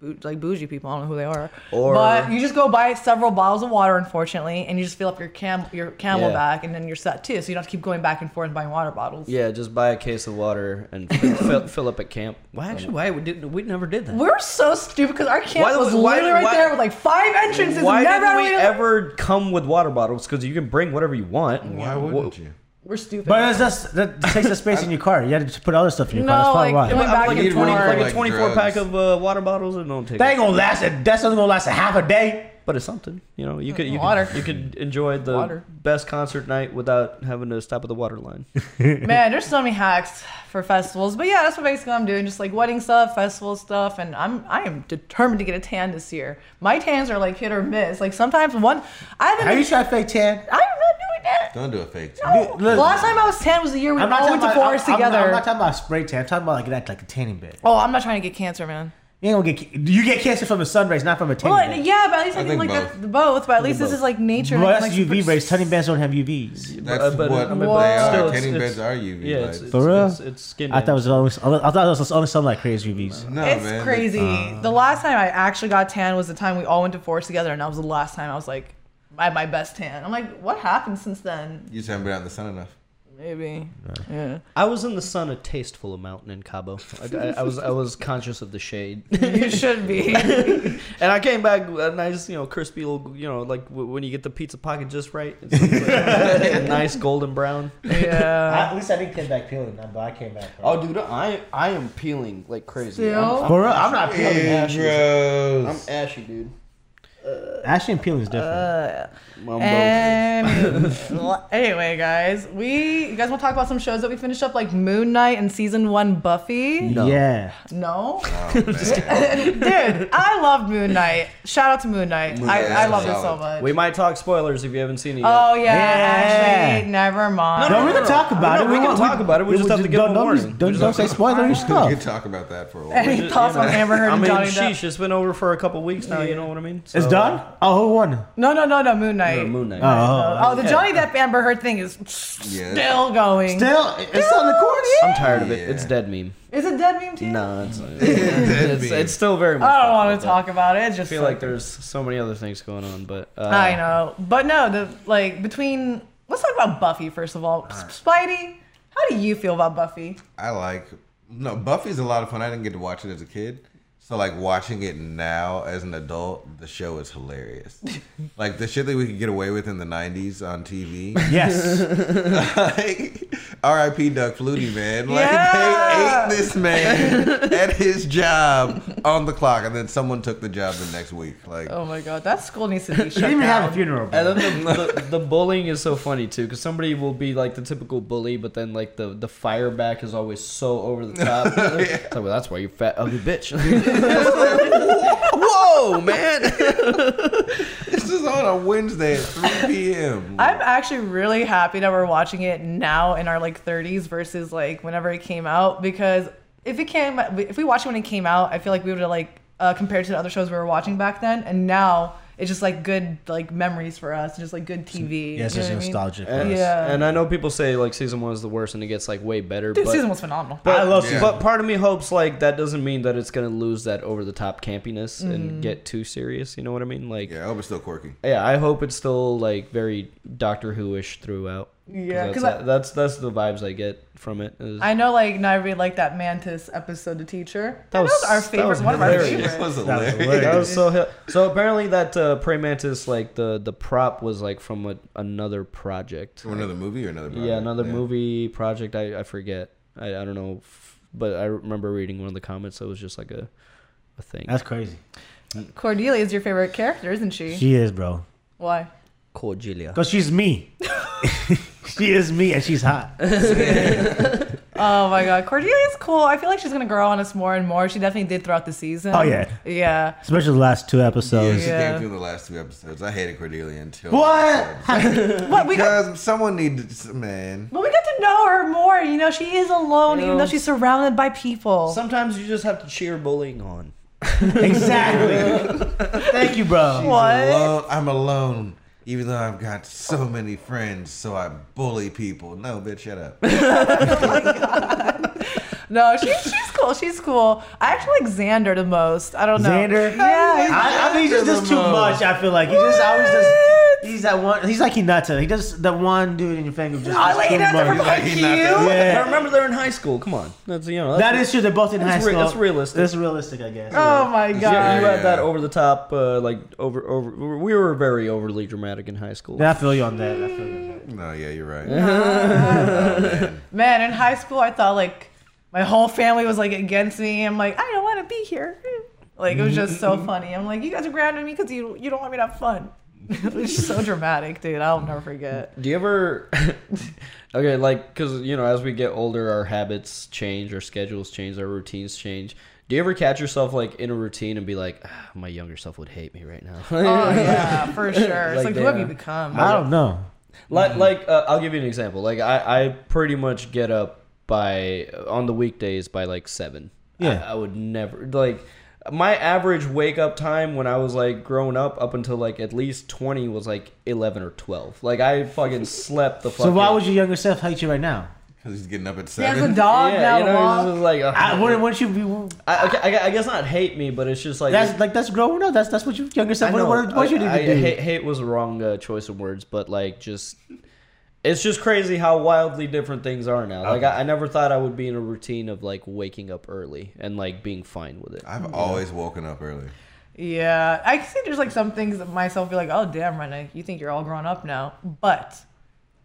bou- like bougie people, I don't know who they are. Or- but you just go buy several bottles of water, unfortunately, and you just fill up your cam your camelback, and then you're set too. So you don't have to keep going back and forth and buying water bottles. Yeah, just buy a case of water and fill, fill, fill up at camp. Um, Why actually? Why we didn't? We never did that. We're so stupid because our camp Why the- was why- literally right why- there with like five entrances. Why and never didn't we had a- ever come with water bottles? Because you can bring whatever you want. Why Wha- wouldn't you? We're stupid. But that's, that's, that takes the space in your car. You had to put other stuff in your car. No, That's probably like, why. it went I'm back like and a 20, forth. like a Like 24 drugs. pack of uh, water bottles and don't take that it. ain't gonna last. A, that's only gonna last a half a day. But it's something, you know. You could you Water. Could, you could enjoy the Water. best concert night without having to stop at the water line. Man, there's so many hacks for festivals. But yeah, that's what basically I'm doing. Just like wedding stuff, festival stuff, and I'm I am determined to get a tan this year. My tans are like hit or miss. Like sometimes one I've been Are you trying to fake tan? I'm not doing that. Don't do a fake tan. No. Dude, look. the last time I was tan was the year we all went to forest I'm- I'm not- together. I'm, not talking about spray tan. I'm talking about like that, like a tanning bed. oh, I'm not trying to get cancer, man. You ain't gonna get ca- you get cancer from a sun rays, not from a tanning Well, bed. yeah, but at least I, I think, think like both. the, both. But at least this both. is like nature. and Well, I that's can, like, UV pr- rays. Tanning beds don't have UVs. That's Uh, but- what I mean, they but are. still, it's- Tanning it's- beds are UV Yeah, it's, lights. it's, For real? It's, it's skin. I thought it was only I thought it was only sunlight creates UVs. no, it's Oh, man. Uh. crazy. the last time I actually got tan was the time we all went to forest together, and that was the last time I was like, I had my best tan. I'm like, what happened since then? You just haven't been out in the sun enough. Maybe. Yeah. I was in the sun a tasteful amount in Cabo. I, I- I was I was conscious of the shade, You should be. and I came back a nice, you know, crispy little, you know, like w- when you get the pizza pocket just right, it's like a nice golden brown. yeah. at least I didn't come back peeling, but I came back. Oh, dude, I I am peeling like crazy. Still? I'm, For real, I'm not peeling. Ew, I'm gross. ashy, dude. Ashy and peeling is different. Uh, Mumbo. Eh. And anyway, guys, we you guys want to talk about some shows that we finished up, like Moon Knight and season one Buffy? no. Yeah. No, Oh, man. dude, I loved Moon Knight. Shout out to Moon Knight. Moon I, Knight I is loved it so solid. much. we might talk spoilers if you haven't seen it yet. Oh yeah, Yeah. actually, never mind. No, we can talk about No, it. we can talk about it. We just have to give don't, a don't- warning. Don't, don't say spoiler You stuff. talk about that for a while. Any thoughts on Amber Heard I and mean, Johnny Depp? sheesh, it's been over for a couple weeks now. You know what I mean? It's So- done. Oh, who won? No, no, no, no, Moon Knight. No, Moon Knight. Oh, Oh, the Johnny Depp Amber Heard thing is still going. still, it's still in the courts. I'm tired of it. Yeah. It's dead meme. is it dead meme too? No, it's not. That'd it's, be- it's still very much. I fucked don't want up. to talk about it. It's just I feel like there's so many other things going on, but uh, I know, but no, the like between. Let's talk about Buffy first of all. Spidey, how do you feel about Buffy? I like no Buffy's a lot of fun. I didn't get to watch it as a kid, so like watching it now as an adult, the show is hilarious. like the shit that we could get away with in the '90s on TV. Yes. like, R.I.P. Doug Flutie, man. Like Yeah. they ate this man at his job on the clock, and then someone took the job the next week. Like Oh my god, that school needs to be She shut didn't even down. have a funeral. bro. And then the, the, the bullying is so funny too, because somebody will be like the typical bully, but then like the the fire back is always so over the top. It's like, well, that's why you fat ugly bitch. Whoa, man! this is on a Wednesday at 3 p.m. I'm actually really happy that we're watching it now in our like 30s versus like whenever it came out because if it came if we watched it when it came out, I feel like we would have like uh, compared to the other shows we were watching back then, and now it's just like good like memories for us, just like good TV. Yeah, it's you know just what I mean? nostalgic. And, for us. Yeah. and I know people say like season one is the worst and it gets like way better. Dude, but, season was phenomenal. But, I love season but one. part of me hopes like that doesn't mean that it's gonna lose that over the top campiness and get too serious. You know what I mean? Like Yeah, I hope it's still quirky. Yeah, I hope it's still like very Doctor Who-ish throughout. Yeah, that's, 'cause I- that's that's the vibes I get from it. is- I know, like, now I really like that Mantis episode, The Teacher. That, That was, was- our that favorite, was one of our hilarious. It favorites. was That was hilarious. that was so hi- so. Apparently, that uh, prey mantis, like the the prop, was like from a, another project. From another movie or another? Yeah, project? another movie project. I, I forget. I, I don't know, f- but I remember reading one of the comments. That was just like a a thing. That's crazy. Cordelia is your favorite character, isn't she? She is, bro. Why? Cordelia. Because she's me. she is me and she's hot. Oh my god, Cordelia's cool. I feel like she's gonna grow on us more and more. She definitely did throughout the season. Oh, yeah. Yeah. Especially the last two Yeah, episodes. she Yeah. came through the last two episodes. I hated Cordelia until What? But we got, Because someone needed man. but we got to know her more. You know, she is alone, You even know, though she's surrounded by people. Sometimes you just have to cheer bullying on. exactly. Thank you, bro. what? Alone, I'm alone, even though I've got so many friends, so I bully people. No, bitch, shut up. No, she's she's cool. She's cool. I actually like Xander the most. I don't know. Xander? Yeah. I, I mean, he's just too much. I feel like he just always just. He's that one. He's like he nuts. He just the one dude in your family who just. I is like too you know much. for Like, like he's you. not that- I Yeah. remember they're in high school. Come on, that's you know that's That is true. They're both in high That's re- school. that's realistic. That's realistic, I guess. Oh my You, god. you had that Yeah. over the top, uh, like over over. We were very overly dramatic in high school. Yeah, I feel you on that. I feel you. on that. No, yeah, you're right. Oh, man. Man, in high school, I thought like my whole family was like against me. I'm like, I don't want to be here. Like it was just so funny. I'm like, you guys are grounding me because you you don't want me to have fun. it was just so dramatic, dude. I'll never forget. Do you ever? okay, like because you know, as we get older, our habits change, our schedules change, our routines change. Do you ever catch yourself like in a routine and be like, ah, my younger self would hate me right now? Oh yeah, for sure. It's like, Like, who have you damn. become? I don't know. like Mm-hmm. like uh, I'll give you an example. Like I I pretty much get up by on the weekdays by like seven. Yeah. I, I would never like my average wake up time when I was like growing up up until like at least twenty was like eleven or twelve. Like I fucking slept the fuck. So why out. would your younger self hate you right now? 'Cause he's getting up at He has a seven. dog Yeah, now. you to know, it's walk. just like I I, wouldn't. Wouldn't you be? I, okay, I, I guess not hate me, but it's just like That's like that's growing up. That's that's what your younger I self. What, know, what, what you need I- to I- do? Hate, hate was the wrong uh, choice of words, but like just. It's just crazy how wildly different things are now. Like I, I never thought I would be in a routine of like waking up early and like being fine with it. Ah. I've always woken up early. Yeah, I see. There's like some things that myself be like, oh damn, Rena, you think you're all grown up now, but.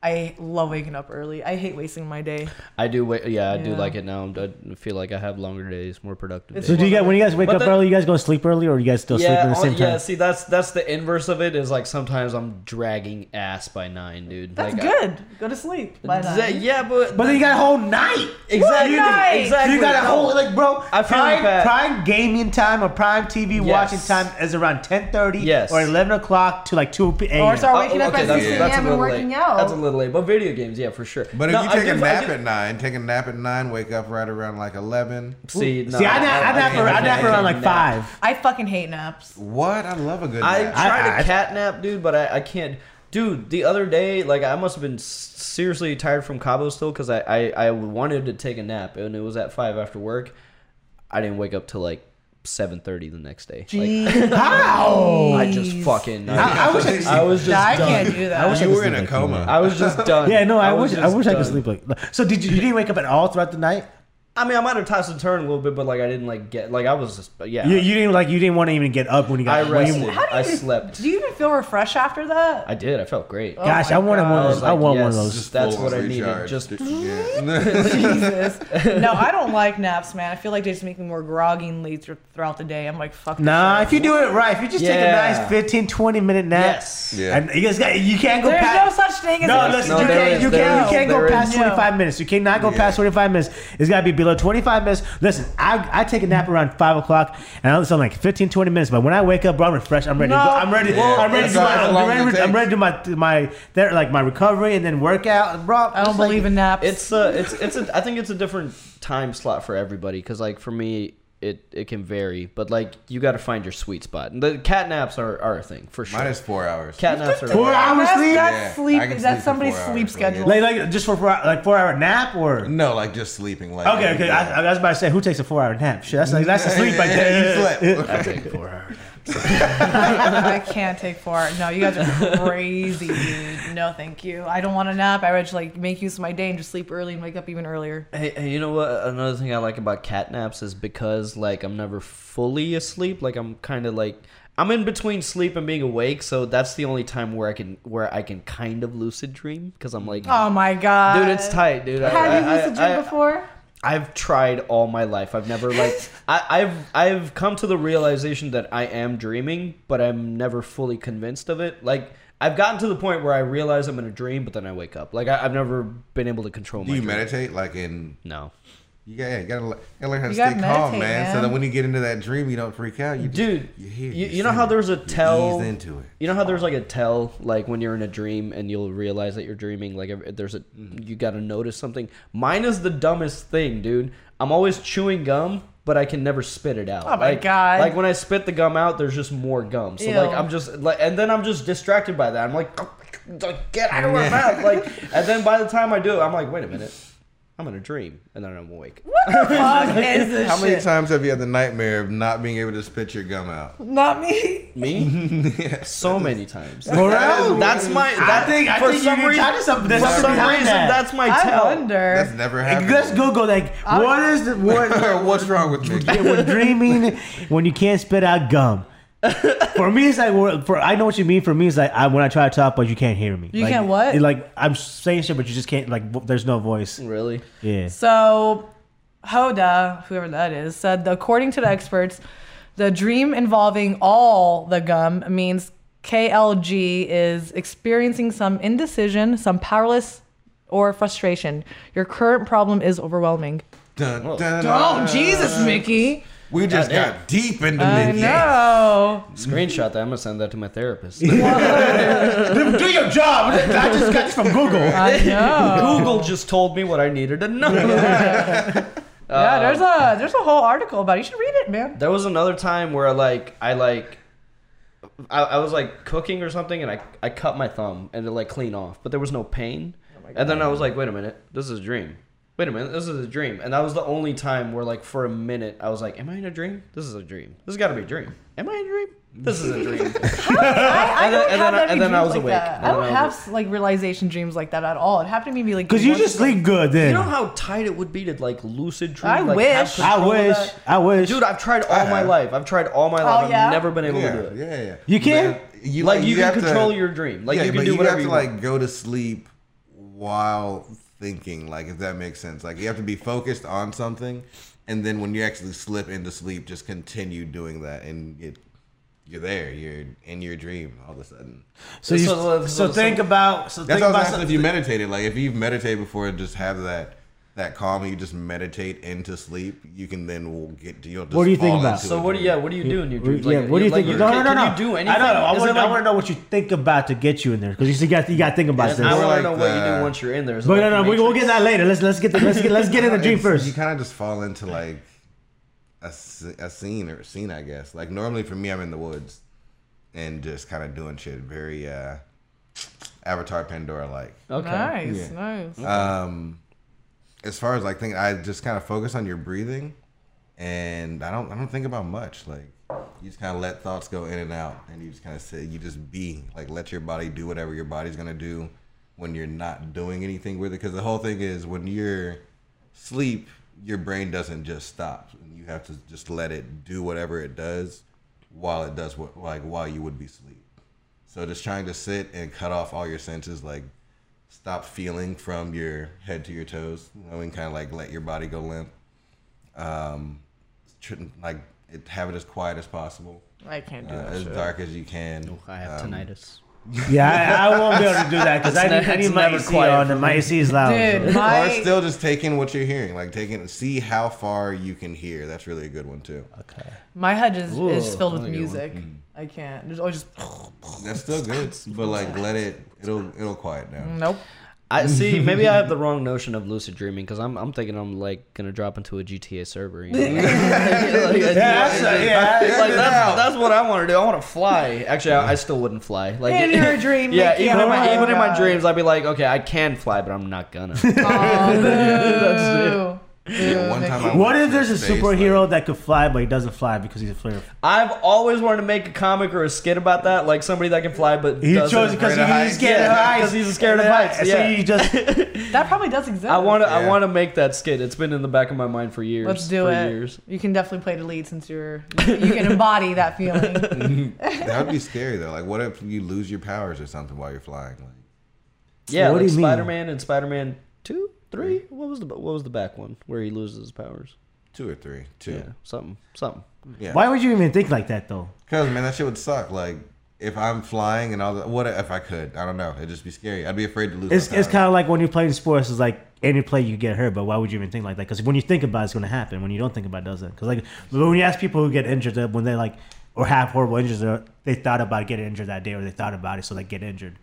I love waking up early. I hate wasting my day. I do wait. Yeah, I do Yeah. like it now. I'm, I feel like I have longer days, more productive. It's days. So do you guys when you guys wake But up the- early? You guys go to sleep early, or you guys still sleep Yeah, at oh, the on- same time? yeah. See, that's that's the inverse of it. Is like sometimes I'm dragging ass by nine, dude. That's like, uh, I- good. Go to sleep. By nine. yeah, but But then you got a whole night. Exactly. You, night? Exactly. you got a No. whole like, bro. I feel you, prime, Pat. prime gaming time or prime TV watching Yes. time is around ten thirty Yes. or eleven o'clock to like two p.m. Or sorry- Oh, waking up at that's- 6 that's a a.m. and little working late. out. That's a little late, but video games, yeah, for sure. But if No, you I take a give- I nap give- at nine, take a nap at nine, wake up right around like eleven. see, no, See, I nap, I, nap, can't- ar- I can't- nap can't around like nap. five. I fucking hate naps. What? I love a good I nap. try I- to cat nap, dude, but I, I can't. Dude, the other day, like I must have been s- seriously tired from Cabo still because I, I I wanted to take a nap and it was at five after work. I didn't wake up till like seven thirty the next day. Like, How? I just fucking. I, I, I wish. I, I was just. Nah, I done. can't do that. I wish you could were in sleep a like you, man. coma. I was just done. yeah, no, I, wish. was I just wish I could done. sleep like. So did you? You didn't wake up at all throughout the night? I mean, I might have tossed and turned a little bit, but like I didn't like get like I was just yeah. You, you didn't like. You didn't want to even get up when you I got. when you- rested. How do I you- slept. Do you even feel refreshed after that? I did. I felt great. Oh Gosh, my I wanted one I of was those. like, I want one of yes, those. That's Full what I on needed. recharge. Just Yeah. Jesus. no, I don't like naps, man. I feel like they just make me more groggy and late thr- throughout the day. I'm like, fuck. this Nah, shit. if you do it right, if you just take a Yeah. nice 15, 20 minute nap, Yes. Yeah. and you, just got, you can't go There's past. no such thing as No, a- listen, No, you, there can't, is, you, there can't, is, you can't there go is. past No. 25 minutes. You cannot go past 25 minutes. It's got to be below 25 minutes. Listen, I, I take a nap around 5 o'clock, and I listen like 15, 20 minutes. But when I wake up, bro, I'm refreshed. I'm ready to No. go. I'm ready, Yeah. I'm ready to do That's my, how I'm long it ready, I'm takes. ready to do my, to my ther- like my recovery and then workout. Bro, I don't believe in naps. It's uh, it's it's a. I think it's a different time slot for everybody because like for me, it it can vary, but like you got to find your sweet spot. And the cat naps are, are a thing for sure. Mine is four hours. cat naps are Four hours That's, sleep. that's Yeah, I sleep. can sleep That's for somebody's four hours, sleep like, schedule. yeah. Like, like just for four, like four hour nap or No, like just sleeping. Like okay, okay. I, I was about to say who takes a four hour nap? Shit, that's like that's a sleep right there. you slept. I take four hours. I can't take four. No, you guys are crazy, dude. No, thank you. I don't want to nap. I would just, like make use of my day and just sleep early and wake up even earlier. Hey, hey, you know what? Another thing I like about cat naps is because like I'm never fully asleep. Like I'm kind of like I'm in between sleep and being awake, so that's the only time where I can where I can kind of lucid dream because I'm like, Oh my god, dude, it's tight, dude. I- Have you I- lucid I- dream I- before? I've tried all my life. I've never like I, I've I've come to the realization that I am dreaming, but I'm never fully convinced of it. Like I've gotten to the point where I realize I'm in a dream, but then I wake up. Like I, I've never been able to control my. Do you dream. meditate? Like in No. you got yeah, you gotta, le- you gotta learn how to You stay gotta calm, meditate, man, So man. that when you get into that dream, you don't freak out. You just- dude you hear. you, you you know how see, there's a you tell ease into it. you know how there's like a tell like when you're in a dream and you'll realize that you're dreaming like if there's a Mm-hmm. you gotta notice something mine is the dumbest thing dude i'm always chewing gum but i can never spit it out Oh my Like- God. like when i spit the gum out there's just more gum so like Ew. i'm just like and then i'm just distracted by that i'm like "Oh, like, get out of my mouth like and then by the time i do it i'm like wait a minute i'm in a dream and then i'm awake Fuck is this How many shit? times have you had the nightmare of not being able to spit your gum out? Not me. me so many times Morale? That's my. That, I think I for think some you reason, reason, something. There's for something some behind reason, that. that's my I tell. wonder. That's never happened. Let's Google like what is the what What's wrong with me? when dreaming when you can't spit out gum. For me, it's like we're- for I know what you mean. For me, it's like I, when I try to talk, but you can't hear me. You Like, can't what? it- Like I'm saying shit, but you just can't. Like w- there's no voice. Mm. Really? Yeah. So, Hoda, whoever that is, said according to the experts, the dream involving all the gum means KLG is experiencing some indecision, some powerless or frustration. Your current problem is overwhelming. Dun, dun, Oh, dun. Jesus, Mickey. We just Goddamn. got deep into I Mickey. know. Screenshot that. I'm gonna send that to my therapist. Do your job. I just got this from Google. I know. Google just told me what I needed to know. yeah, there's a there's a whole article about it. You should read it, man. there was another time where like I like. I, I was like cooking or something, and I, I cut my thumb and it like clean off, but there was no pain. Oh and then I was like, wait a minute, this is a dream. Wait a minute, this is a dream. And that was the only time where like for a minute I was like, am I in a dream? This is a dream. This has got to be a dream. Am I in a dream? This is a dream. I, I And then- don't and have then I- that many and then dreams I was like awake. that. And I then I don't was have like realization dreams like that at all. It happened to me like Cause you once just or twice. sleep good then. You know how tight it would be to like lucid dream. I like, wish. have I control of wish. that? I wish. Dude, I've tried all my have. life. I've tried all my Oh, life. yeah? I've never been able to Yeah, do it. yeah, yeah. You can? But You Like, you, have can to- control your dream. Like yeah, you can but do you whatever have to you want. like go to sleep while thinking. Like if that makes sense. Like you have to be focused on something, and then when you actually slip into sleep, just continue doing that, and it, you're there. You're in your dream all of a sudden. so you, so- so, so- so- think about so think That's what I was about asking some- if you meditated. Like if you've meditated before, just have that. That calm, and you just meditate into sleep. You can then will get to. You'll just What do you think fall about? into so it. what do you? Yeah, what do you do in your Yeah, dreams? Like, what do you like, think? No, you're- no, no, can no. you do anything? I don't know. I Is it want, like- I want to know what you think about to get you in there because you still got you got to think about this. I want to like know what you the- do once you're in there. Is it But no, like no, the we, we'll Matrix? get that later. Let's let's get the, let's get let's get in the dream It's- You first. kind of just fall into like a, s- a scene or scene, I guess. Like normally for me, I'm in the woods and just kind of doing shit very uh, Avatar Pandora like. Okay. Nice, nice. Um, as far as like thinking, I just kind of focus on your breathing, and I don't I don't think about much. Like you just kind of let thoughts go in and out, and you just kind of sit. You just be like let your body do whatever your body's gonna do when you're not doing anything with it. Because the whole thing is when you're sleep, your brain doesn't just stop. You have to just let it do whatever it does while it does what like while you would be asleep. So just trying to sit and cut off all your senses, like stop feeling from your head to your toes, you know, and kind of like let your body go limp. Um, tr- like it, have it as quiet as possible, I can't uh, do that. as shit. dark as you can. I have Um, tinnitus. Yeah, I, I won't be able to do that because I need, I It's need my never AC quiet on for and my AC is loud. so. Dude, Or my, still just taking what you're hearing, like taking see how far you can hear. That's really a good one too. my head is, is Ooh, filled with I don't get one. music. I can't. There's always just Mm. That's still good, but like let it. It'll it'll quiet down. nope. I see. Maybe I have the wrong notion of lucid dreaming because I'm, I'm thinking I'm like gonna drop into a GTA server. You know? that's- yeah, Like, like, that's- that's, that's what I want to do. I want to fly. Actually, I, I still wouldn't fly. Like In your dream, Yeah, Mickey, even in my oh even in God. my dreams, I'd be like, okay, I can fly, but I'm not gonna. Oh, boo. Boo, one time Mickey. I What went if to there's a space, superhero like- that could fly but he doesn't fly because he's a flare? I've always wanted to make a comic or a skit about that, like somebody that can fly, but He doesn't. chose it because Afraid of he's heights. scared of Yeah, heights. 'cause he's scared of heights, yeah. So you just That probably does exist. I want to. I Yeah. want to make that skit. It's been in the back of my mind for years. Let's do for it. Years. You can definitely play the lead since you're you you can embody that feeling. That would be scary though. Like, what if you lose your powers or something while you're flying? Like, Yeah, What do like you mean? Spider Man and Spider Man two, three. What was the What was the back one where he loses his powers? two or three, Yeah, two. something, something. Yeah. Why would you even think like that though? Cause man, that shit would suck. Like, if I'm flying and all that, what if I could? I don't know. It'd just be scary. I'd be afraid to lose. It's, my it's powers. kind of like when you're playing sports. It's like any play you get hurt, but why would you even think like that? Because when you think about it, it's going to happen. When you don't think about it, it doesn't. Because like when you ask people who get injured, uh, when they like or have horrible injuries, they're- they thought about getting injured that day, or they thought about it, so they get injured.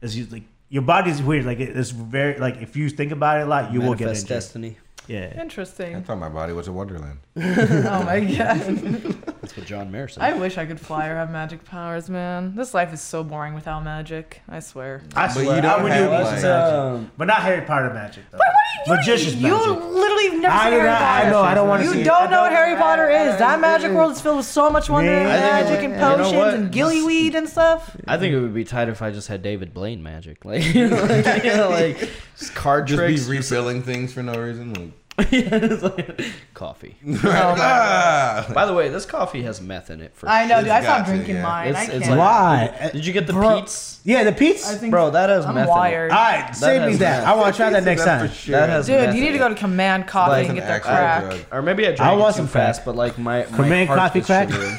It's just, like your body's weird. Like it- it's very like if you think about it a lot, you will get Manifest injured. destiny. Yeah. I Interesting. thought my body was a wonderland. Oh my god. That's what John Mayer said. I wish I could fly or have magic powers, man. This life is so boring without magic. I swear. I But swear, you don't I would do have, decent like- magic, Um, but not Harry Potter magic though. Magician's you magic. literally have never I seen do Harry not. Potter. I know. I don't want to. You see it. don't know what Harry Potter is. That magic world is filled with so much wonder and I think it magic would- and you know potions what? and gillyweed and stuff. I think it would be tight if I just had David Blaine magic, like you know, like, you know, like just card Just tricks. be refilling things for no reason. Like, Yeah, it's like- coffee. Oh ah! By the way, this coffee has meth in it. For I know, dude. I It's got stopped to, drinking yeah. mine. It's- I it's can't. like- Why? Did you get the Bro- Pete's? Yeah, the Pete's. I think Bro, that has meth. I'm in it. wired. All right, save me has that. meth. I want to try that next That's time. for sure. That has Dude, meth you in need to it. go to Command Coffee Like and an get their actual crack. drug. Or maybe I drank want it some too fast, crack. but like my my Command heart coffee was crack? shivering.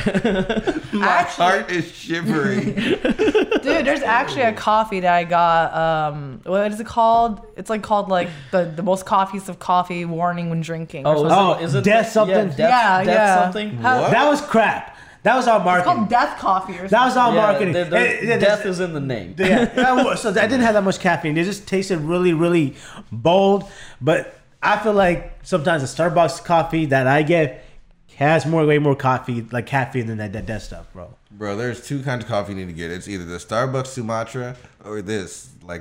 Actually, Heart is shivering. dude, there's actually a coffee that I got. Um, what is it called? It's like called like the, the most coffees of coffee warning when drinking. or Oh, is something. Oh, it, is it death yeah, something? death, yeah, death yeah. something. How- What? That was crap. That was all It's called marketing. Death Coffee or something. That was all Yeah, marketing. the- the- It- it- death is in the name. yeah, that was- so I didn't have that much caffeine. It just tasted really, really bold. But I feel like sometimes the Starbucks coffee that I get has more, way more coffee, like caffeine than that, that death stuff, bro. Bro, there's two kinds of coffee you need to get. It's either the Starbucks Sumatra or this, like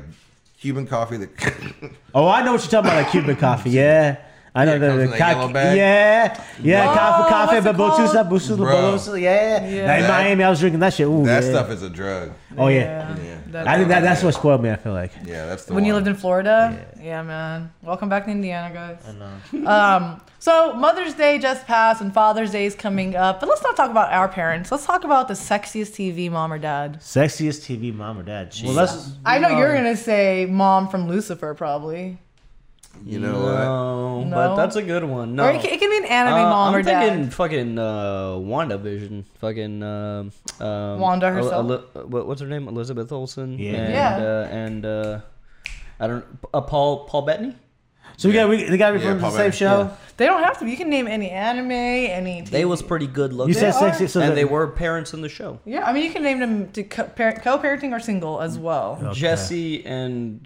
Cuban coffee that. Oh, I know what you're talking about, like Cuban coffee. Yeah. I know Yeah, it comes the, in the that ca- yellow bag. yeah, yeah, Oh, coffee, coffee, what's but it bususa, called? bususa, Bro. bususa, yeah. Yeah. Now, in That- Miami, I was drinking that shit. Ooh, that yeah. stuff is a drug. Oh yeah. Yeah. That- I think that that's what spoiled me. I feel like. Yeah, that's the when you one. lived in Florida. Yeah. man. Welcome back to Indiana, guys. Um, so Mother's Day just passed and Father's Day is coming up, but let's not talk about our parents. Let's talk about the sexiest TV mom or dad. Sexiest TV mom or dad. Well, that's I know you're gonna say mom from Lucifer, probably. You know what? no, No. but that's a good one. No, Or it can, it can be an anime Uh, mom I'm or thinking dad. fucking uh, WandaVision. Fucking um, um, Wanda El- herself. Eli- what- what's her name? Elizabeth Olsen. Yeah. And, Yeah. Uh, and uh, I don't. Uh, Paul Paul Bettany. so we got we they got me Yeah, from the probably. same show. Yeah. They don't have to. be. You can name any anime, any. TV. They was pretty good looking. You said are- sexy, so and that- they were parents in the show. Yeah, I mean you can name them to co- parent, co-parenting or single as well. Okay. Jesse and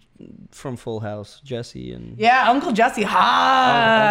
from Full House. Jesse and Uh, Yeah, Uncle Jesse, hot.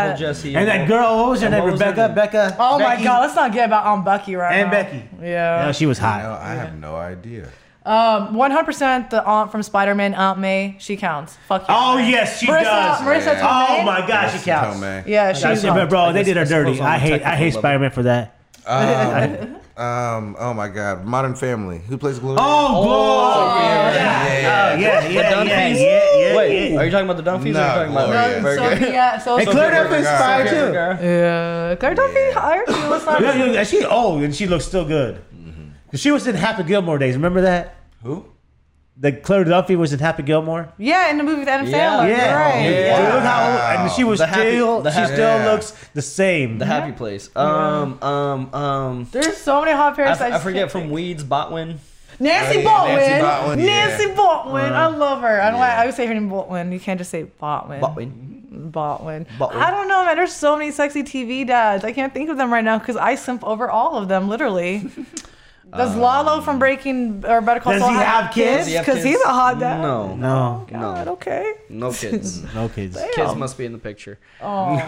Oh, Uncle Jesse. And that girl, what was her And name? what was her Rebecca. name? Becca. Oh my Becky? God, let's not get about Aunt Bucky right And now. Becky. Yeah. No, she was No, hot. I have no idea. Um, 100% the aunt from Spider Man, Aunt May, she counts. Fuck yeah. Oh yes, she Marissa, does. Marissa Yeah. Tomei? Oh my gosh, she That's counts. Tomei. Yeah, She she's. said, but on. bro, I they guess did her it's dirty. supposed on I the hate, I technical hate level. Spider Man for that. Um, um, oh my God, Modern Family. Who plays Gloria? Oh, boy. yeah, yeah, yeah. Yeah, yeah, The yeah, yeah, Dunphys? yeah, Wait, yeah. are you talking about the Dunphys Nah, or are you talking about Gloria. Very good. Sophia, so And Claire Sophia. Duff is Yeah. fire Yeah. too. Yeah, Claire Duff is higher. She was not- Yeah, yeah, and she old and she looks still good. 'Cause She was in Happy Gilmore days. Remember that? Who? The Claire Duffy was in Happy Gilmore. Yeah, in the movie with Adam Yeah. Oh, Sandler. Yeah, you're Right. Yeah. Dude, look how old, and she was The happy- still. the she happy- still Yeah. looks the same. The Happy Place. Um, um, um. There's so many hot I, parents. f- I just forget can't from think. Weeds Botwin. Nancy Oh, yeah, Botwin. Nancy Nancy Botwin. Botwin, yeah. I love her. I don't like. Yeah. I would say her name Botwin. You can't just say Botwin. Botwin. Botwin. Botwin. I don't know, man. There's so many sexy TV dads. I can't think of them right now because I simp over all of them, literally. Does Lalo from Breaking or Better Call Um, Does Saul he have kids? Does he have Because he's kids? a hot dad. No, no, No, God, okay. kids. no kids. kids must be in the picture. I'm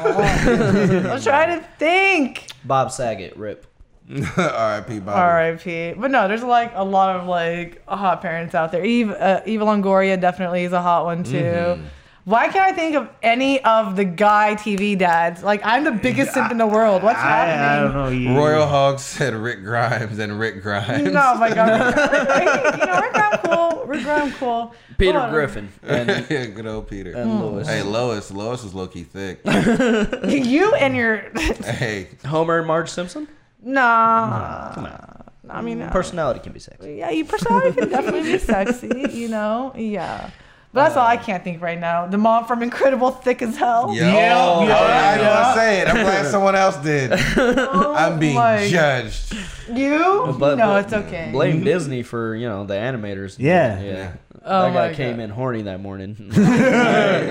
trying to think. Bob Saget, rip. R.I.P. Bobby. R.I.P. But no, there's like a lot of like hot parents out there. Eve, uh, Eva Longoria definitely is a hot one too. Mm-hmm. Why can't I think of any of the guy TV dads? Like I'm the biggest simp in the world. What's I, I happening? don't know. You, Royal Hog said Rick Grimes and Rick Grimes. No, oh my God. Rick- you know, Rick Graham cool. Rick Graham cool. Peter Hold on. Griffin and, yeah, good old Peter. Hmm. and Lewis. Hey, Lois. Lois is low key thick. You and your hey, Homer and Marge Simpson. nah. I mean, uh, Personality can be sexy. yeah, your personality can definitely be sexy. You know, yeah. But that's all Uh, I can't think right now. The mom from Incredible, thick as hell. yo. Oh, I was not gonna say it. I'm glad someone else did. I'm being my- judged. You? Oh, But- no, but- it's okay. Blame Disney for you know the animators. Yeah. yeah. Oh that guy my came God. in horny that morning.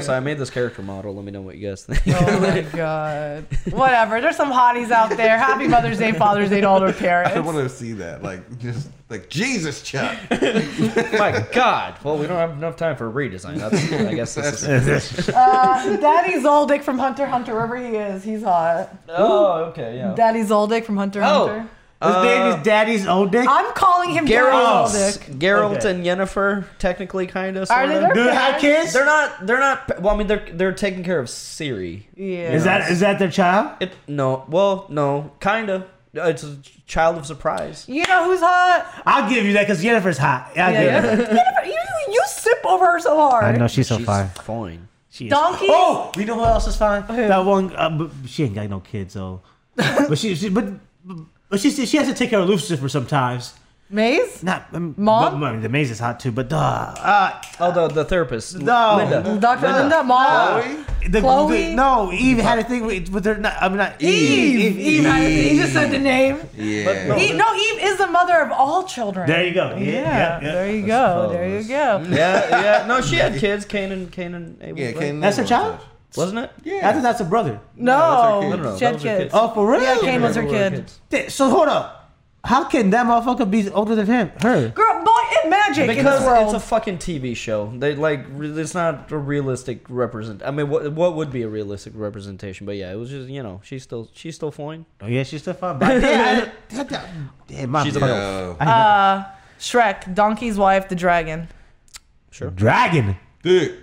so I made this character model. Let me know what you guys think. Oh my god. Whatever. There's some hotties out there. Happy Mother's Day, Father's Day to all their I parents. want to see that. Like, just like Jesus, Chuck. my God. Well, we don't have enough time for redesign. That's, I guess this is. Uh, Daddy Zoldick from Hunter x Hunter, wherever he is, he's hot. Oh, okay, yeah. Daddy Zoldick from Hunter x Oh. Hunter. This Uh, baby's daddy's old dick. I'm calling him Geralt, Daddy Zoldick. Geralt Okay. and Yennefer, technically, kind of. Are they their Do they have parents? kids? They're not. They're not. Well, I mean, they're they're taking care of Siri. Yeah. Is that is that their child? It no. Well, no. Kind of. It's a child of surprise. you know who's hot? I'll give you that because Jennifer's hot. I'll give Yeah. you that. Jennifer, you, you sip over her so hard. I know she's so She's fine. fine. She is- Donkey? Oh, you know who else is fine? That one. Uh, but she ain't got no kids though. but she, she but. But she she has to take care of Lucifer sometimes. Maze? Not um, Mom? but- I mean, the maze is hot too, but duh, uh, Oh, the the therapist. No. Linda. Dr. Linda, Mom? Oh, the, Chloe? the- no, Eve had a thing with, but they're not. I'm not Eve. Eve. I- he just said the name. Yeah. But Eve, no, Eve is the mother of all children. There you go. Yeah, Yeah, yeah, yeah. there you go. There you go. Yeah, yeah. No, she had kids. Cain and Cain and Abel. yeah, right? Cain That's Lewis her child? was- Wasn't it? Yeah. I think that's a brother. No, No, that's her kid. No, no, she had those are kids. kids. Oh, for real? Yeah, Cain was her They were kid. Th- So hold up. How can that motherfucker be older than him? Her. Girl, boy, it magic in this Because world. it's a fucking TV show. They like re- it's not a realistic represent. I mean, what what would be a realistic representation? But yeah, it was just you know she's still she's still fine. Oh yeah, she's still fine. But yeah, I- that- that- damn, my She's a uh, bad. Yo. I know. Uh, Shrek, Donkey's wife, the dragon. Dragon. Dude.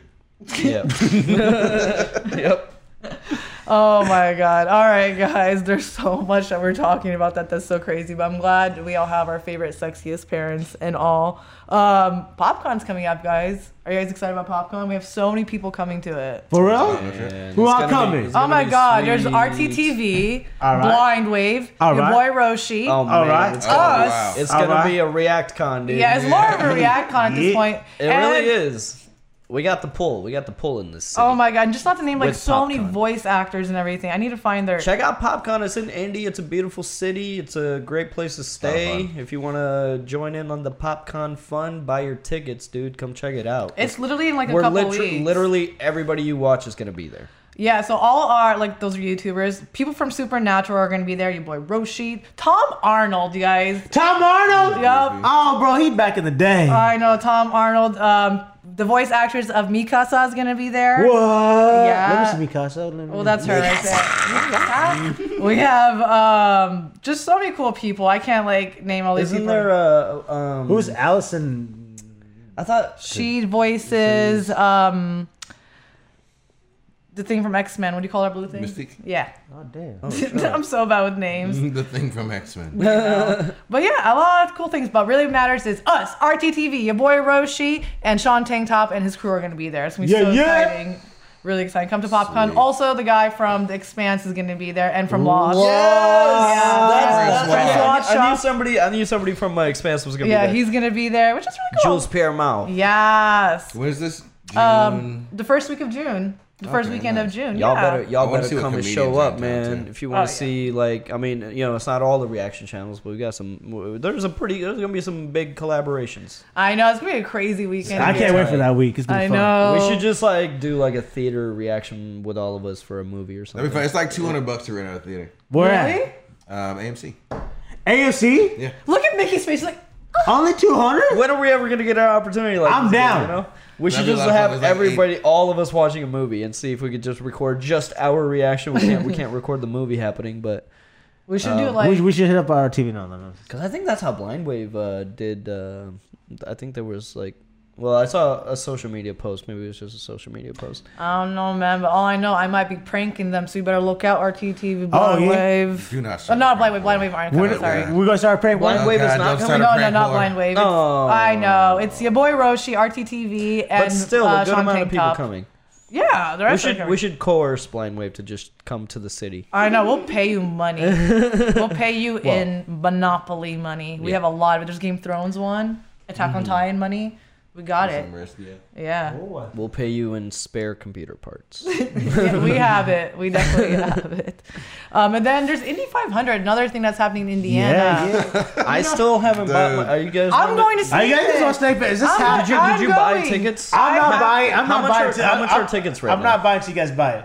Yeah. yep. Oh my god. All right, guys. There's so much that we're talking about that that's so crazy, but I'm glad we all have our favorite sexiest parents and all. Um, Popcon's coming up, guys. Are you guys excited about Popcon? We have so many people coming to it. For Oh, real? And Who it's are gonna be- coming? it's Oh gonna my be god, there's sweet. RTTV, All right. Blind Wave, All your right. boy Roshi. Oh man, All right. it's Oh, gonna, wow. it's All gonna right. be a React Con, dude. yeah, it's more of a react con at this Yeah. point. It really is. We got the pull. We got the pull in this. City. Oh my god, and just not to name like With so many Popcorn. voice actors and everything. I need to find their Check out PopCon. It's in Indy. It's a beautiful city. It's a great place to stay. fun. If you want to join in on the PopCon fun, buy your tickets, dude. Come check it out. It's literally in like a We're couple literally, weeks. literally everybody you watch is gonna be there. Yeah, so all our like those YouTubers, people from Supernatural are gonna be there. Your boy Roshi, Tom Arnold, you guys. Tom Arnold. Yup. Oh, bro, he back in the day. I know Tom Arnold. Um, the voice actress of Mikasa is gonna be there. what? Yeah. Let me see Mikasa. Let me- Well, that's her right there. we have um, just so many cool people. I can't like name all these Isn't people. there a um? Who's Allison? I thought she voices um, the thing from X Men. What do you call her? Blue thing. Mystique? Yeah. Oh damn. I'm so bad with names. The thing from X Men. But yeah, a lot of cool things. But really what matters is us, RTTV, your boy Roshi and Sean Tank Top and his crew are going to be there. It's going to be Yeah, so yeah. exciting. Really exciting. Come to PopCon. Sweet. Also, the guy from The Expanse is going to be there and from Lost. That's, Chris that's- Watts. I, knew, I knew somebody. I knew somebody from my expanse was gonna Yeah, be there. he's going to be there, which is really cool. Jules Pierre Mao. Yes. When is this? June. Um, the first week of June. The first Okay, weekend of nice. June. Y'all yeah. better y'all wanna see better what come and comedians show are up, in town, man. too. If you Oh, want yeah. to see like I mean, you know, it's not all the reaction channels, but we got some there's a pretty there's going to be some big collaborations. I know. It's going to be a crazy weekend. I can't wait for that week. It's gonna be I fun. know. We should just like do like a theater reaction with all of us for a movie or That'd something. be fun. It's like two hundred bucks to rent out a theater. Where Really? at? Um, AMC. AFC Yeah. Look at Mickey's face. he's Like, only two hundred. When are we ever gonna get our opportunity? Like I'm this again, down. You know? We should That'd be just a lot of fun. have It's like everybody, all of us, watching a movie and see if we could just record just our reaction. We can't, we can't record the movie happening, but we should do it like. We, we should hit up our TV now. then. because I think that's how Blind Wave uh, did. Uh, I think there was like, well, I saw a social media post. Maybe it was just a social media post. I don't know, man, but all I know, I might be pranking them, so you better look out RTTV Blind Oh, yeah. Wave. Do not Oh, start a not Blind prank Wave, war. Blind Wave Iron We're, Cover, sorry. we're gonna start praying. Blind Oh, Wave is God, not don't start coming. No, a no, prank not war. Blind Wave. It's, Oh. I know. It's your boy Roshi, RTTV, and But still, uh, a good Sean amount Tank of people Top. coming. Yeah, the We rest should we should coerce Blind Wave to just come to the city. I know. We'll pay you money. we'll pay you in Monopoly money. We Yeah. have Mm-hmm. a lot of it. There's Game of Thrones one, Attack on Titan money. We got it. Some risk, yeah. Yeah. We'll pay you in spare computer parts. Yeah, we have it. We definitely have it. Um, and then there's Indy 500, another thing that's happening in Indiana. Yeah, I still haven't bought. My, Dude. are you guys? I'm going to see Are you guys it. just on Snake Is this I'm- how? Did you, I'm did you buy going. tickets? I'm not buying. I'm how not much buying. are- ti- how much are I'm- tickets right I'm now? not buying. So you guys buy it.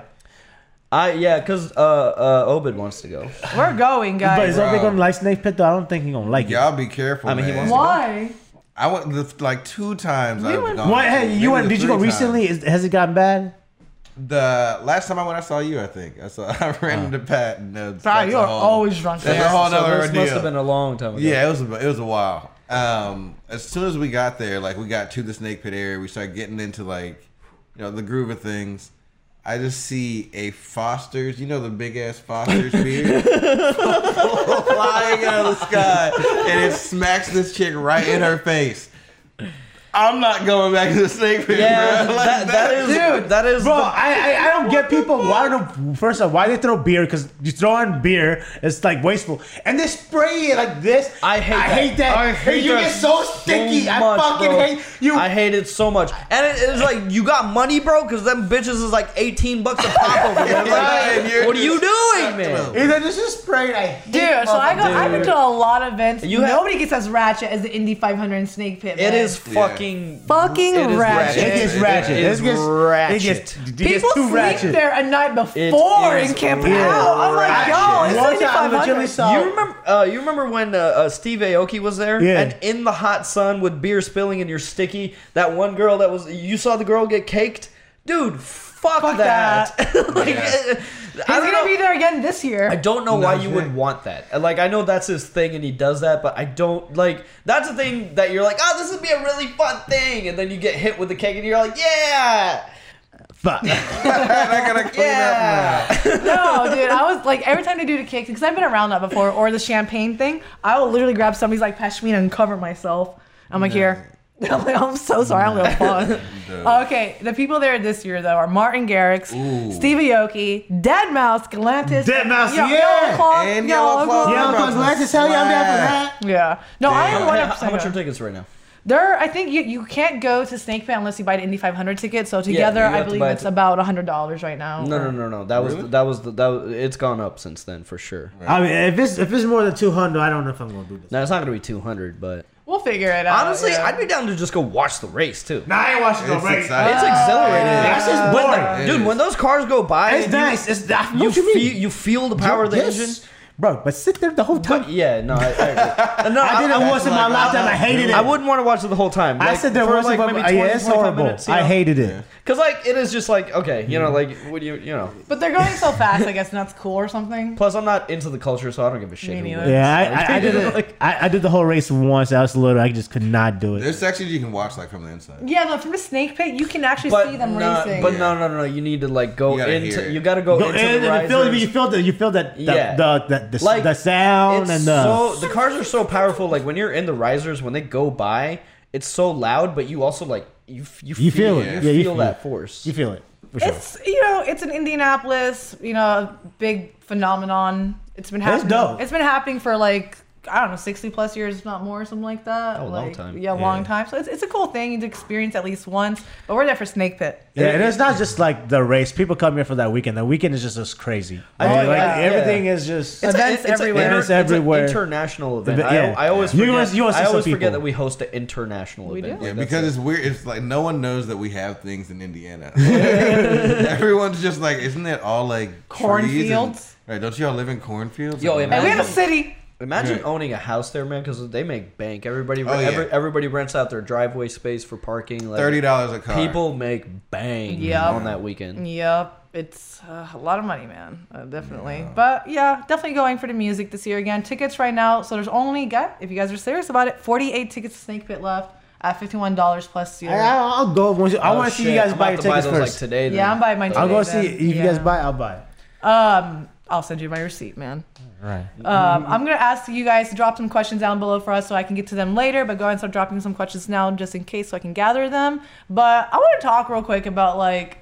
I yeah, cause uh, uh Obed wants to go. We're going, But is guys. Bro. Obed gonna like Snake Pit though? I don't think he's gonna like it. Y'all be careful. I mean, he man. wants to- Why? I went the, like two times. We I've went- gone. What? Hey, Maybe you went? the Did you go three times. recently? Is, has it gotten bad? The last time I went, I saw you. I think I saw. I ran into Pat. And, uh, Sorry, that's you're a whole- always drunk. That's a man. whole So nother this must ordeal. have been a long time ago. Yeah, it was a, it was a while. Um, as soon as we got there, like we got to the snake pit area, we started getting into like, you know, the groove of things. I just see a Foster's, you know, the big ass Foster's beer flying out of the sky, and it smacks this chick right in her face. I'm not going back to the snake pit, yeah. bro. Like, that, that is Dude, that is. Bro, the- I, I I don't get people. Why do first off why they throw beer? Because you throw in beer, it's like wasteful, and they spray it like this. I hate I that. hate that. I And hate you that get so so sticky. I much, fucking bro. hate you. I hate it so much. And it- it's like you got money, bro, because them bitches is like eighteen bucks a pop over there. Right, and Like, you're what are you just doing, sucked man? up. Either this is sprayed. I hate Dude, so I go. I've been Dude. to a lot of events. You have- Nobody gets as ratchet as the Indy 500 and Snake Pit. It man. is Yeah. fucking. fucking it is ratchet. It gets ratchet. It is It gets ratchet. It gets, it gets People too sleep ratchet. there a night It before is and camp Yeah. out. I'm like, ratchet. yo, it's One time I 7500. legitimately saw- You remember? Uh, you remember when uh, uh, Steve Aoki was there, Oh. Yeah. and in the hot sun with beer spilling and you're sticky. That one girl that was you saw the girl get caked, dude. Fuck, Fuck that. like, Yeah. uh, I He's don't gonna know. be there again this year. I don't know why No you shit. would want that. And, Like I know that's his thing and he does that, but I don't like that's a thing that you're like, oh, this would be a really fun thing, and then you get hit with the cake and you're like, yeah, Fuck. I gotta clean yeah. no, dude. I was like, every time they do the cake, because I've been around that before, or the champagne thing, I will literally grab somebody's like pashmina and cover myself. I'm like, here. I'm like, I'm so sorry. I don't give a No. fuck. Okay, the people there this year though are Martin Garrix, Ooh. Steve Aoki, Dead Mouse, Galantis, Dead Mouse, Ye- yeah. Yellow up Claw, now. And yellow claw. Yeah, I'm because about Lance to is telling you I'm down for slap. that. Yeah. No, I am Damn. one How, percent. how much are tickets right now? There, I think you, you can't go to Snake Pit unless you buy an Indy 500 ticket. So together, you have I to believe buy it's it. about $100 right now. No, no, no, no. That was Really? that was the, that. Was, it's gone up since then for sure. I mean, if it's if it's more than two hundred, I don't know if I'm gonna do this. Now it's not gonna be two hundred, but We'll figure it out. Uh, honestly, yeah. I'd be down to just go watch the race too. Nah, I ain't watching It's no race. exciting. It's exhilarating. That's just When the- boring. It dude. is. When those cars go by, It's and you- nice. It's that's You, what you feel mean. you feel the power of the Yes. engine. bro. But sit there the whole time. But yeah, no, I, I agree. no, I did it once in my like- lifetime. I hated it. I wouldn't want to watch it the whole time. I Like, said there for was like like maybe uh, 20, yeah, it's 25 horrible. minutes, you know? I hated it. Cause like it is just like okay, you know, like what do you you know. But they're going so fast, I guess, and that's cool or something. Plus, I'm not into the culture, so I don't give a shit. Me who neither. wins. Yeah, I, I, I did it. Like- I, I did the whole race once. I was little. I just could not do it. There's sections you can watch like from the inside. Yeah, no, from the Snake Pit, you can actually But, see them not- racing. but Yeah. no, no, no, no. You need to like go You gotta hear into. it. You gotta go, Go into in the and it feels- risers. you feel the you feel that the Yeah. the, the, the, Like, the sound It's and uh, the so the cars are so powerful. Like when you're in the risers, when they go by, it's so loud, but you also like you f- you, You feel it. You Yeah, feel, you feel that it. force. you feel it. For sure. it's, you know, it's an Indianapolis, you know, big phenomenon. It's been That's happening. dope. It's been happening for like, I don't know, 60 plus years, if not more, or something like that. Oh, a long like, time. Yeah, a long Yeah. time. So it's, it's a cool thing to experience at least once. But we're there for Snake Pit. Yeah, and it's not just like the race. People come here for that weekend. The weekend is just as crazy. I Like, mean, like, Oh, yeah. everything is just. It's a- Events it's a everywhere. inter- Events everywhere. It's an international event. Event- yeah. I, I always You forget, always- you always I see some always forget people. that we host an international We event. do. Yeah, Like, that's because it. it's weird. It's like no one knows that we have things in Indiana. Everyone's just like, isn't it all like trees and- Cornfields? Right? Don't you all live in cornfields? Yo, Like, imagine- And we have a Imagine- city. Imagine Right. owning a house there, man, because they make bank. Everybody, Oh, yeah. every, everybody rents out their driveway space for parking. Like, Thirty dollars a car. People make bank Yeah. on that weekend. Yep, it's uh, a lot of money, man. Uh, definitely, but yeah, definitely going for the music this year again. Tickets right now, so there's only got if you guys are serious about it, 48 tickets to Snake Pit left at 51 dollars plus I, your. I'll go. Once you, I Oh, want to see shit. you guys I'm buy your about to buy tickets those, first. Like, today, Yeah, I'm then. buying mine. I'll go today see then. if you guys Yeah. buy. it, I'll buy it. Um, I'll send you my receipt, man. Right. Um, I'm gonna ask you guys to drop some questions down below for us so I can get to them later. But go ahead and start dropping some questions now, just in case, so I can gather them. But I want to talk real quick about like,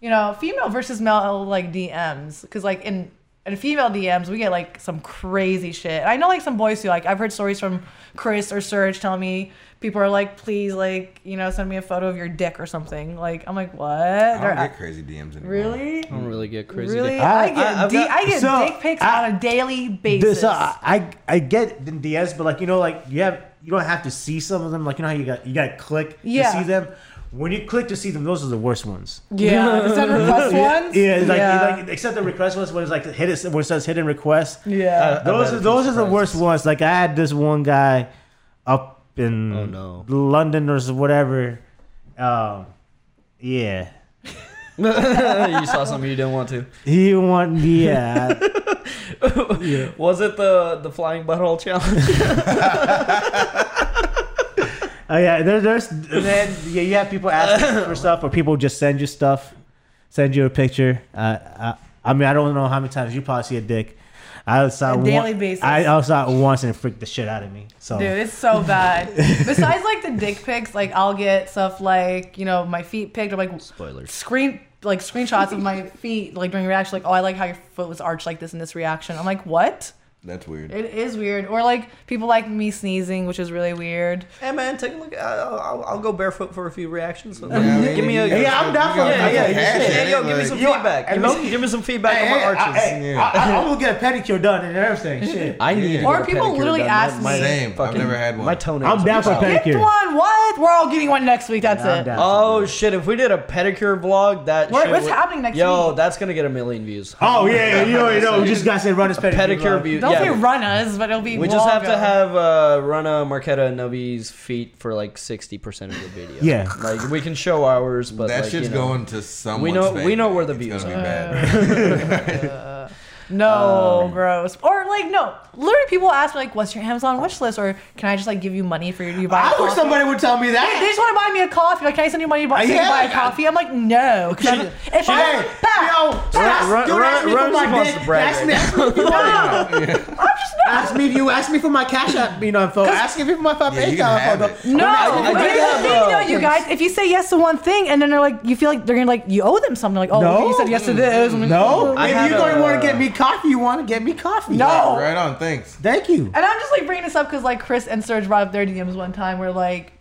you know, female versus male like DMs, because like in in female DMs we get like some crazy shit. And I know like some boys who like I've heard stories from Chris or Serge telling me people are like, please like you know send me a photo of your dick or something. Like I'm like what? I They're- don't get crazy DMs anymore. really? I don't really get crazy. Really, I- I, get I- I've di- got- I get so, dick pics I- on a daily Dude, basis. so I, uh, I I get the DS, but like you know, like you have you don't have to see some of them. Like you know how you got you got to click Yeah. to see them. When you click to see them, those are the worst ones. Yeah, the send request ones. Yeah, it's like, yeah. like except the request ones when it's like hit it when it says hidden request. yeah. Those bet are it's those are the surprises. worst ones. Like I had this one guy up in Oh, no. London or whatever. Um, yeah, you saw something you didn't want to. he want yeah. Was it the the flying butthole challenge? Oh yeah, there, there's then yeah, you have people asking for stuff, or people just send you stuff, send you a picture. Uh, I, I mean, I don't know how many times you probably see a dick. I saw A one, daily basis. I I saw it once and it freaked the shit out of me. So Dude, it's oh. so bad. Besides, like the dick pics, like I'll get stuff like you know my feet picked or like Spoilers. screen like screenshots of my feet like during reaction like oh I like how your foot was arched like this in this reaction. I'm like what? That's weird. It is weird. Or like people like me sneezing, which is really weird. Hey man, take a look. I- I'll, I'll, I'll go barefoot for a few reactions. You know what I mean? give me a You gotta- Yeah, I'm you down for gotta that. put Yeah, some yeah, cash yeah. in Hey, it, yo, give me like- some You- feedback. I Give me know- some, give me some feedback Hey, on hey, my arches. I, hey, Yeah. I, I, will get a pedicure done and everything. Shit. I need to Or get a people pedicure literally done. ask me- Same. I've never had one. My toenails. I'm down for a Wow. Picked pedicure. one. What? We're all getting one next week. That's Yeah, I'm it. down. Oh shit! If we did a pedicure vlog, that What- shit what's would- happening next Yo, week? that's gonna get a million views. Oh yeah, you know, you know, we just got to run this pedicure. pedicure bro. view. Don't yeah. say run us, but it'll be. We just have to longer. have uh, Rana, Marquetta, and Navi's feet for like sixty percent of the video. Yeah. like we can show ours, but that like, shit's you know. going to someone. know- we know where the it's views gonna are. be bad. Oh, No, gross. Or like, no. Literally, people ask me like, "What's your Amazon wish list?" Or can I just like give you money for you to buy? a I wish coffee? somebody would tell me They that. just want to buy me a coffee. Like, can I send you money to buy, so you can Yeah. buy a coffee? I'm like, no. 'cause I'm- If I Hey, Pat, yo, Pat, run- don't ask me for run- my Rose wants dick. to brag Ask right me- ask me for my dick. I'm just not. Ask me if you ask me for my cash app, you know, info. Ask me for my five Yeah, you page can have info. it. No, I did But here's the have, thing, uh, though, you guys. If you say yes to one thing, and then they're like, you feel like they're gonna like, you owe them something. Like, oh, No. you said yes to this. and- No, I if had you're a- gonna want to get me coffee, you want to get me coffee. No. Right on. Thanks. thank you. And I'm just like bringing this up because like Chris and Serge brought up their DMs one time where like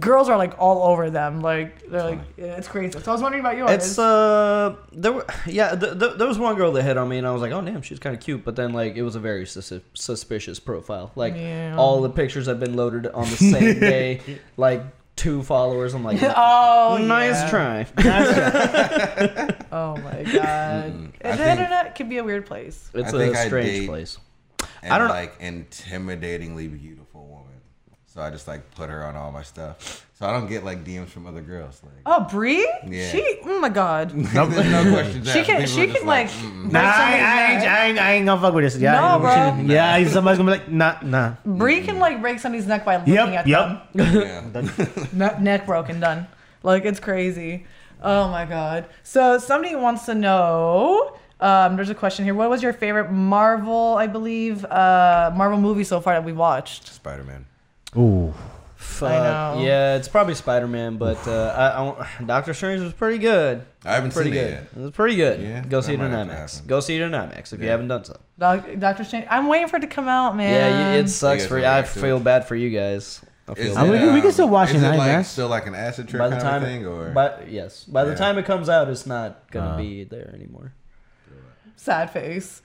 girls are like all over them. Like they're like yeah, it's crazy. So I was wondering about yours. It's uh, there were yeah, th- th- there was one girl that hit on me, and I was like, oh damn, she's kind of cute, but then like it was a very sus- suspicious profile. Like Yeah. all the pictures have been loaded on the same day, like two followers. I'm like, oh nice yeah. try. Oh my god. the I think- internet can be a weird place. It's I think a I strange date- place. And don't- like intimidatingly beautiful woman. So I just like put her on all my stuff. So I don't get like DMs from other girls. Like Oh Bree? Yeah. She oh my god. there's no questions She asked. can People are she just can like mm. Nah, break I, somebody's I, ain't, neck. I, ain't, I ain't gonna fuck with this. Yeah, No, I- bro. Yeah, if somebody's gonna be like, nah, nah. Bree can like break somebody's neck by looking Yep, at yep. Yeah. them. Ne- neck broken, done. Like it's crazy. Oh my god. So somebody wants to know. Um, there's a question here. What was your favorite Marvel, I believe, uh, Marvel movie so far that we watched? Spider Man. Ooh, Fuck. know. Yeah, it's probably Spider Man, but uh, I, I won't- Doctor Strange was pretty good. I haven't Pretty seen good. it yet. It was pretty good. Yeah, Go see it that in might have to IMAX. happen. Go see it in IMAX if you Yeah. haven't done so. Doc- Doctor Strange. I'm waiting for it to come out, man. Yeah, you, it sucks guys for are you. I right, too. feel bad for you guys. I feel Is I um, bad. mean, we- we can still watch is it in Like, IMAX. still like an acid trip by the kind time, of thing, or by, yes, by the Yeah. Uh-huh. time it comes out, it's not gonna be there anymore. Sad face.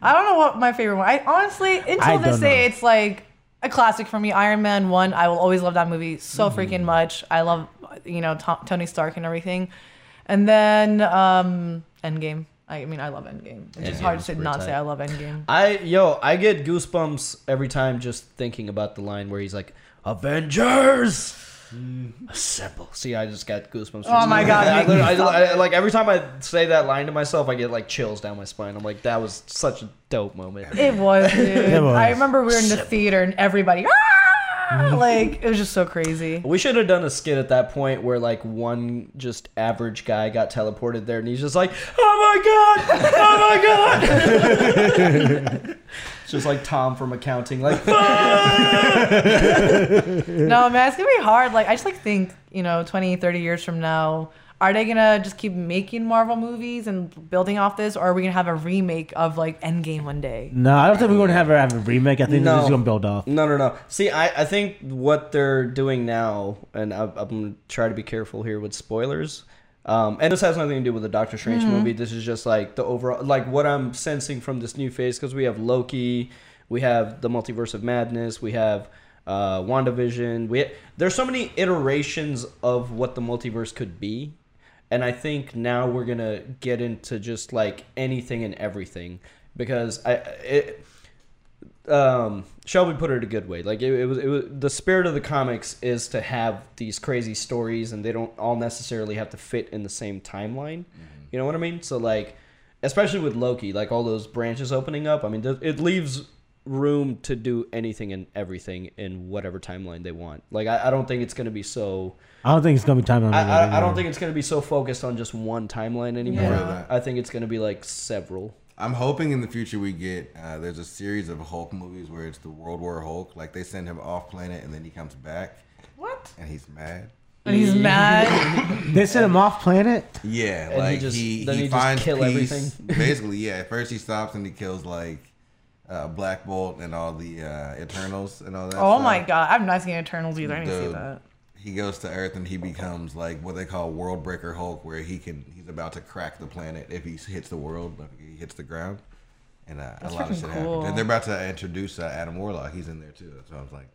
I don't know what my favorite one. I honestly, until I this don't know. day, it's like a classic for me. Iron Man One. I will always love that movie so freaking much. I love, you know, Tom, Tony Stark and everything. And then um Endgame. I mean, I love Endgame. It's just Endgame hard is to pretty not tight. say I love Endgame. I yo, I get goosebumps every time just thinking about the line where he's like, "Avengers, Mm-hmm. assemble." See, I just got goosebumps. Oh my God, I, Nick, literally- I- stop I- like every time I say that line to myself, I get like chills down my spine. I'm like, that was such a dope moment. It was, dude. was. I remember we were in the theater and everybody, "Ah!" like, it was just so crazy. We should have done a skit at that point where like one just average guy got teleported there, and he's just like, "Oh my god, oh my god!" It's just like Tom from accounting, like No, man, it's gonna be hard. Like, I just like think, you know, 20, 30 years from now, are they gonna just keep making Marvel movies and building off this, or are we gonna have a remake of like Endgame one day? No, I don't think we're gonna have her have a remake. I think this is gonna build off. No, no, no. See, I, I think what they're doing now, and I, I'm gonna try to be careful here with spoilers. Um, and this has nothing to do with the Doctor Strange movie. This is just like the overall, like what I'm sensing from this new phase because we have Loki, we have the Multiverse of Madness, we have uh, WandaVision. We there's so many iterations of what the multiverse could be. And I think now we're gonna get into just like anything and everything because I it, um, Shelby put it a good way. Like it, it was, it was the spirit of the comics is to have these crazy stories, and they don't all necessarily have to fit in the same timeline. You know what I mean? So like, especially with Loki, like all those branches opening up. I mean, th- it leaves room to do anything and everything in whatever timeline they want. Like I, I don't think it's gonna be so. I don't think it's gonna be time. I, I, I don't think it's gonna be so focused on just one timeline anymore. Yeah. I think it's gonna be like several. I'm hoping in the future we get uh, there's a series of Hulk movies where it's the World War Hulk. Like they send him off planet and then he comes back What? and he's mad. And he's mad. they sent him off planet. Yeah, And he like he just- he, then he just finds kill peace. everything. Basically, yeah. At first he stops and he kills like uh, Black Bolt and all the uh, Eternals and all that. Oh stuff. my god, I've not seen Eternals either. I didn't see Dude. that. He goes to Earth and he becomes like what they call World Breaker Hulk, where he can he's about to crack the planet if he hits the world, like, he hits the ground, and uh, a That's lot of freaking shit cool. happens. And they're about to introduce uh, Adam Warlock. He's in there too, so I was like,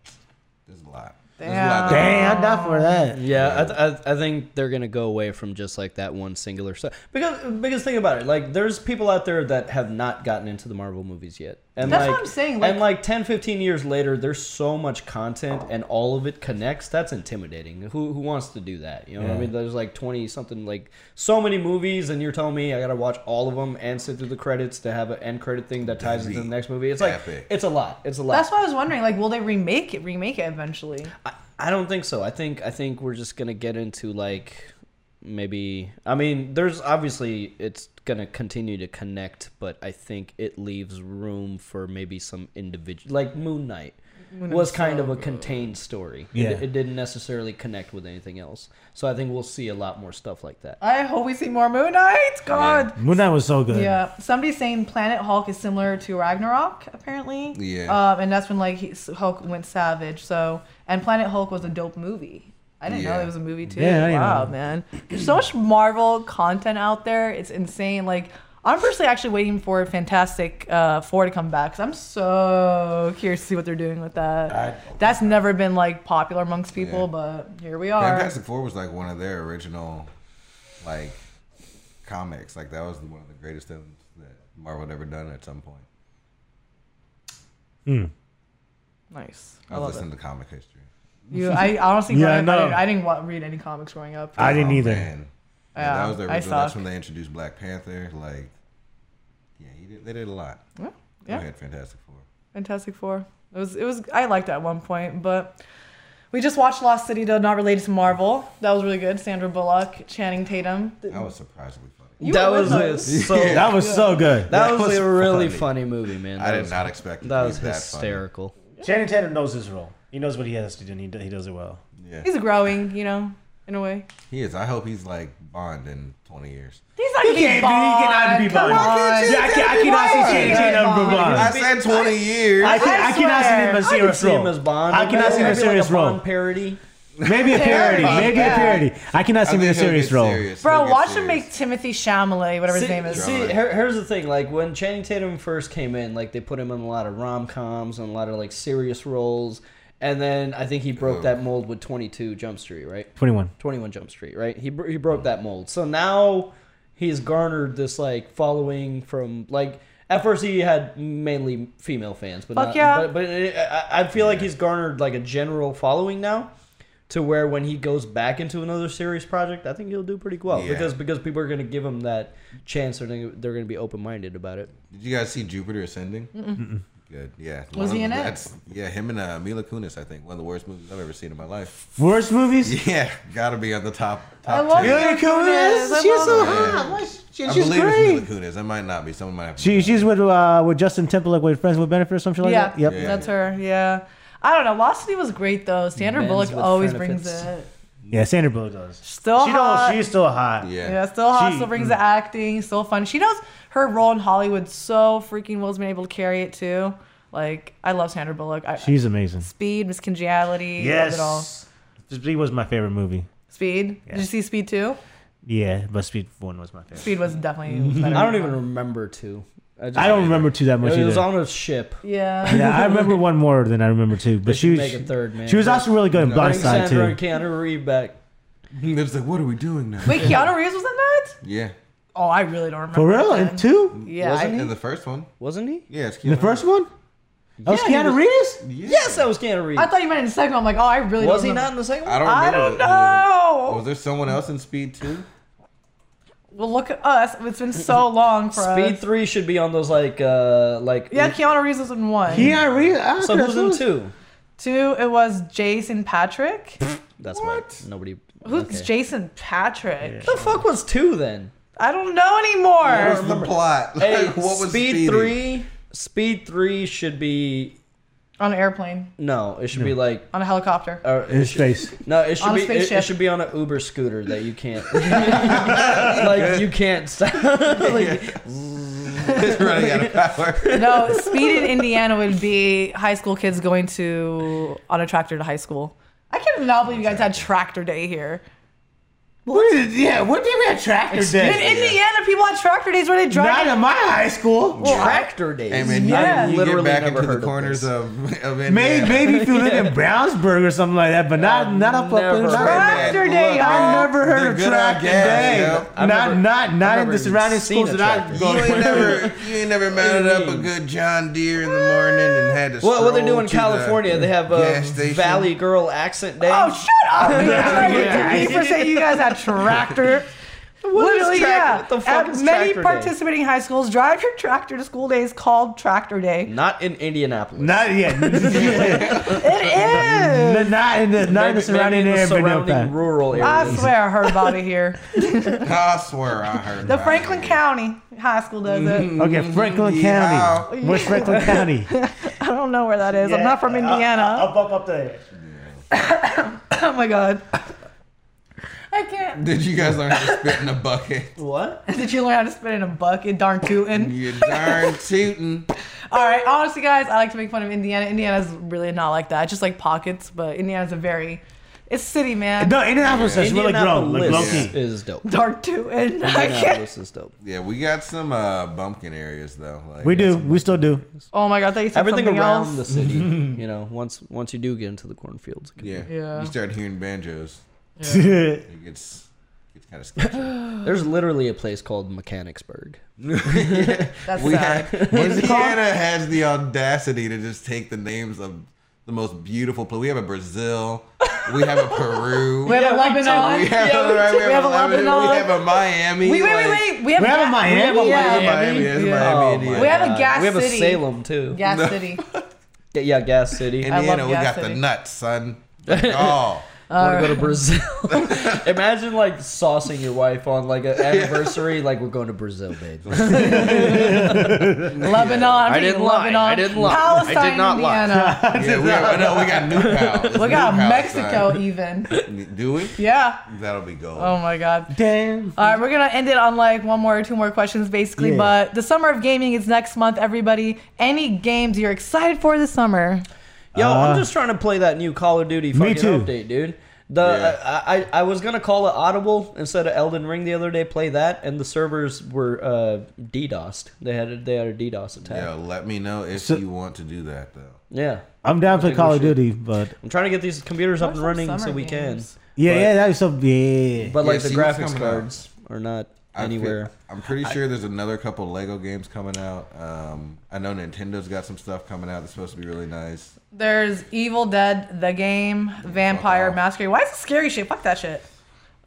there's a lot. There's a lot that- Damn, not for that. Yeah, I, th- I, I think they're gonna go away from just like that one singular stuff because because think about it, like there's people out there that have not gotten into the Marvel movies yet, and That's like, what I'm saying, and like 10, 15 years later, there's so much content and all of it connects. That's intimidating. Who who wants to do that? You know what I mean? There's like twenty something, like so many movies, and you're telling me I gotta watch all of them and sit through the credits to have an end credit thing that ties into the be next movie. It's like epic. it's a lot. It's a lot. That's why I was wondering, like, will they remake it? Remake it eventually? I, I don't think so. I think I think we're just gonna get into like maybe I mean, there's obviously it's gonna continue to connect, but I think it leaves room for maybe some individual like Moon Knight. was kind of a contained story. It- Yeah. It, didn't necessarily connect with anything else. So I think we'll see a lot more stuff like that. I hope we see more Moon Knight. God. Moon Knight was so Yeah. good. Somebody's saying Planet Hulk is similar to Ragnarok, apparently. Yeah. Um, and that's when like he, Hulk went savage. So, and Planet Hulk was a dope movie. I didn't know Yeah. it was a movie too. Yeah, I didn't wow, know. man. There's so much Marvel content out there. It's insane. Like. I'm personally actually waiting for Fantastic uh, Four to come back because I'm so curious to see what they're doing with that. That's never been like popular amongst people, Yeah. but here we are. Fantastic Four was like one of their original, like, comics. Like that was one of the greatest things that Marvel had ever done at some point. Nice. I was I love it. listening to comic history. You, I honestly, Yeah, growing up, no. I, didn't, I didn't wa- read any comics growing up. I didn't Oh, either. man. Yeah, Yeah, that was their I original. That's suck. when they introduced Black Panther. Like, yeah, he did, they did a lot. Yeah, They yeah. had Fantastic Four. Fantastic Four. It was, it was. I liked it at one point, but we just watched Lost City, though not related to Marvel. That was really good. Sandra Bullock, Channing Tatum. That was surprisingly funny. You that were was with a, us. so that, That was so good. was, was a really funny, funny. movie, man. I That did was- not expect it that to was be that hysterical. Channing Tatum knows his role. He knows what he has to do. and He, do- he does it well. funny. Yeah, He's growing, you know, in a way. he is. I hope he's like Bond in 20 years. He's not gonna be can't be- he cannot be Come Bond. on. Why can't you Yeah, I can't- I Why cannot see can't Channing you Tatum be be Bond. I I said 20 years. I, can, I, cannot see him in a swear. I can serious see him role. as Bond. I cannot see him in a Maybe like serious role. Bond parody. Maybe a parody. Parody, Maybe yeah. a parody. I cannot see him in a serious role. Bro, watch him make Timothy Chalamet, whatever his See- name is. Drum. See, here, here's the thing. Like when Channing Tatum first came in, like they put him in a lot of rom coms and a lot of like serious roles. And then I think he broke that mold with 22 Jump Street, right? Twenty-one. 21 Jump Street, right? He bro- he broke that mold. So now he's garnered this like following from like at first he had mainly female fans, but Fuck not, yeah. But, but it, I, I feel like he's garnered like a general following now, to where when he goes back into another serious project, I think he'll do pretty well Yeah. because because people are gonna give him that chance and they- they're gonna be open minded about it. Did you guys see Jupiter Ascending? Good. Yeah. Was he in it? That's, yeah, him and uh, Mila Kunis. I think one of the worst movies I've ever seen in my life. Worst movies? Yeah, gotta be on the top. I top love ten. Mila Kunis. She's so hot. I believe it's Mila Kunis. It might not be. Someone might have. To She, she's with uh, with Justin Timberlake with Friends with Benefits or something like Yeah, that. Yep. Yeah. that's her. Yeah. I don't know. Lost City was great though. Sandra Men's Bullock with always brings benefits. it. Yeah, Sandra Bullock does. Still she hot. Don't, she's still hot. yeah. Yeah, still hot, She- still mm. brings the acting, still fun. She knows her role in Hollywood so freaking well has been able to carry it too. Like I love Sandra Bullock. I, She's amazing. Speed, Miss Congeniality, yes. it all. Yes. Speed was my favorite movie. Speed. Yeah. Did you see Speed two? Yeah, but Speed One was my favorite. Speed was definitely. Better. I don't even remember two. just, I don't remember two that much It was either. on a ship. Yeah. yeah, I remember one more than I remember two. But They she should was make a third man. she was also really good in No. Bring Blindside Sandra too. and Keanu Reeves back. It's like, what are we doing now? Wait, Keanu Reeves was in that? Yeah. Oh, I really don't remember. For real, that in then. two, Yeah. I Wasn't in mean, the first one. Wasn't he? Yeah, it's the first one. That was Yeah, he Keanu was- Reeves. Yeah. Yes, that was Keanu Reeves. I thought you meant in the second. one. I'm like, oh, I really. was don't he remember. not in the second one? I don't remember. I don't who- know. Was there someone else in Speed too? Well, look at us. It's been so long for Speed us. three should be on those like uh like Yeah, Keanu Reeves was in one. Keanu Reeves. I So don't who's know. in two? Two, it was Jason Patrick. That's my nobody. Who's okay. Jason Patrick? What the fuck was two then? I don't know anymore. What was the plot? Hey, Like, what was Speed Speedy? three? Speed three should be on an airplane, no. It should be like on a helicopter. uh, In it should, space. no. It should On a be it- it, spaceship. should be on an Uber scooter that you can't like you can't stop. like, It's running out of power. no, speed in Indiana would be high school kids going to on a tractor to high school. I cannot believe you guys had tractor day here. What is it? Yeah, what did we have tractor In day? Indiana, people had tractor days where they Not drive. in my high school. tractor days. Hey man, you, Yeah. you Literally get back never into heard the of corners this. of, of E Maybe, Indiana. maybe if you live in Brownsburg or something like that, but not not up up in never not- heard of Tractor Look, day, man, I y'all. never they're heard of good on tractor gas, day. yo. Not I've never- not I've not in never the even surrounding seen a schools that I tractor. go. You ain't to. never, you ain't never mounted up a good John Deere in the morning and had to. What, what they do stroll in to the California? They have a gas station. Valley Girl Accent Day. Oh, shut up! man. Yeah. You for saying you guys had tractor. Literally, is tractor? yeah. What the fuck At is many tractor day? participating high schools, drive your tractor to school days called Tractor Day. Not in Indianapolis. Not yet. It is. N- not in the not in Maybe- the surrounding maybe in area, the but no surrounding fact. rural I areas. swear I heard about it here. I swear I heard The about Franklin it. County High School does it. Okay, Franklin Yeehaw. County. Where's Franklin County? I don't know where that is. I'm not Uh, from Indiana. bump up there. oh my god. I can't. Did you guys learn how to spit in a bucket? What? Did you learn how to spit in a bucket? Darn tootin'. You darn tootin'. All right. Honestly, guys, I like to make fun of Indiana. Indiana's really not like that. It's just like pockets, but Indiana's a very. It's city, man. No, Indianapolis is really grown. Like low Indianapolis key. is dope. Darn tootin'. I can't. Indianapolis is dope. Yeah, we got some uh, bumpkin areas though. Like, uh, We do. We still do. Oh my god, I thought you said Everything something around else. the city, you know, once once you do get into the cornfields. Yeah. Yeah. You start hearing banjos. It gets gets kind of sketchy. There's literally a place called Mechanicsburg. That's we sad. have, Indiana has the audacity to just take the names of the most beautiful. pla- We have a Brazil. We have a Peru. We have a Lebanon. We have, Yeah, a, right, we have, a Lebanon. We have Lebanon. a Miami. We- Wait, wait, like- wait. We have We have a Ga- Miami. We have a Yeah, Miami. Miami. Yes, Yeah. Oh, Miami. Indiana. We have a gas Uh, We have city. a Salem too. Gas City. Yeah, yeah, gas city. love Indiana, we Gas got City. the nuts, son. Like, oh, Want uh, to go to Brazil? Imagine like saucing your wife on like an anniversary. Like we're going to Brazil, babe. Lebanon. I'm I thinking didn't lie. Lebanon. I didn't lie. I did Palestine, not lie. Indiana. yeah, we got, no, we got New Pal. It's Look out, New Pal, Mexico even. son. Do we? Yeah. That'll be gold. Oh my God. Damn. All right, we're gonna end it on like one more or two more questions, basically. Yeah. But the summer of gaming is next month, everybody. Any games you're excited for this summer? Yo, Uh, I'm just trying to play that new Call of Duty fucking too. update, dude. The I, I I was gonna call it Audible instead of Elden Ring the other day. Play that, and the servers were uh, DDoSed. They had a, they had a DDoS Yeah, attack. let me know if So- you want to do that though. Yeah, I'm down for think Call we of should- Duty, but I'm trying to get these computers up What and are some running so summer we games? yeah, But- yeah, that was so yeah. can. But Yeah, like see the what's graphics coming out. cards are not I feel- anywhere. I'm pretty sure there's another couple Lego games coming out. Um, I know Nintendo's got some stuff coming out that's supposed to be really nice. There's Evil Dead, the game, Vampire off. Masquerade. Why is it scary shit? Fuck that shit.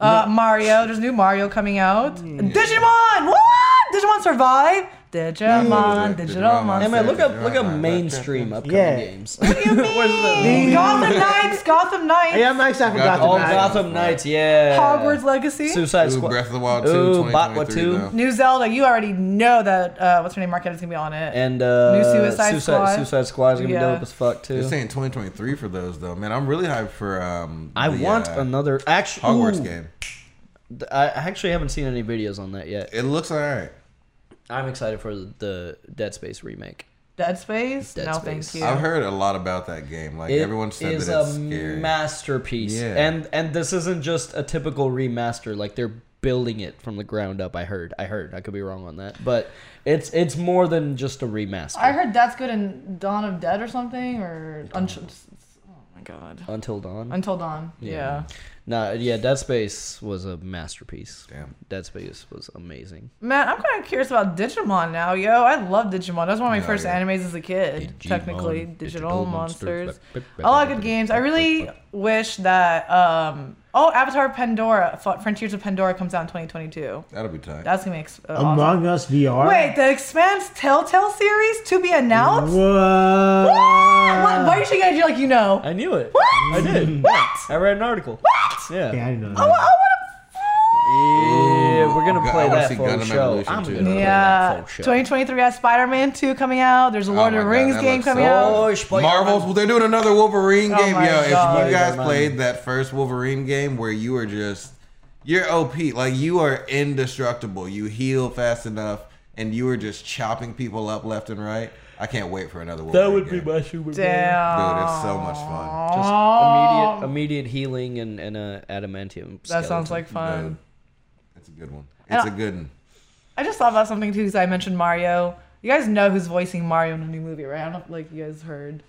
Uh, Mario. There's new Mario coming out. Mm. Digimon. What? Digimon Survive. Digimon. Digimon Digital Hey Monster. Monster. man, look up Yeah, look up yeah, yeah. mainstream upcoming Yeah. games. What do you mean? Gotham Knights. Gotham Knights. Hey, I'm excited for Gotham Gotham Oh, Knights. Knights. Gotham Knights, yeah. Hogwarts Legacy. Suicide Ooh, Squad. Breath of the Wild 2, Ooh, Batwa 2023. 2. though. New Zelda. You already know that. Uh, what's her name? Marquette is gonna be on it. And uh, New Suicide Suicide Squad. Suicide Squad is gonna Yeah. be dope as fuck too. They're saying 2023 for those though. Man, I'm really hyped for. Um, I the, want uh, another actually Hogwarts game. I actually haven't seen any videos on that yet. It looks alright. I'm excited for the Dead Space remake. Dead Space. Dead no, Space. thank you. I've heard a lot about that game. Like It everyone said is that it's a scary. masterpiece, Yeah. and and this isn't just a typical remaster. Like they're building it from the ground up. I heard. I heard. I could be wrong on that, but it's it's more than just a remaster. I heard that's good in Dawn of Dead or something or. Unch- oh my god. Until Dawn. Until Dawn. yeah. Nah, yeah, Dead Space was a masterpiece. Damn. Dead Space was amazing. Man, I'm kind of curious about Digimon now, yo. I love Digimon. That was one of my Yeah, first yeah. animes as a kid. Digimon, technically, Digital, Digital Monsters. Monsters. A lot of good games. I really wish that. um Oh, Avatar Pandora, F- Frontiers of Pandora comes out in 2022. That'll be tight. That's gonna be ex- uh, awesome. Among Us VR. Wait, the Expanse Telltale series to be announced? What? What? What- Why are you guys like you know? I knew it. What? I did. What? I read an article. What? Yeah. Yeah, I didn't know that. Oh, I wanna- Yeah, we're gonna Ooh, play I wanna that see for Gundam show. Evolution I'm too. gonna play Yeah, that for show. 2023 has Spider-Man 2 coming out. There's a Lord Oh my of the God, Rings that game looks coming so out. good. Oh, Spider- Marvels. Well, they're doing another Wolverine Oh game. my Yo, God. if you guys Spider-Man. played that first Wolverine game where you were just you're OP, like you are indestructible. You heal fast enough, and you were just chopping people up left and right. I can't wait for another Wolverine. That would be game. my super. Damn. Dude, it's so much fun. Just immediate, um, immediate healing and, and a adamantium. That sounds skeleton. like fun. Dude, It's a good one. And It's Um, I- a good one. I just thought about something too because I mentioned Mario. You guys know who's voicing Mario in the new movie, right? I don't like you guys heard.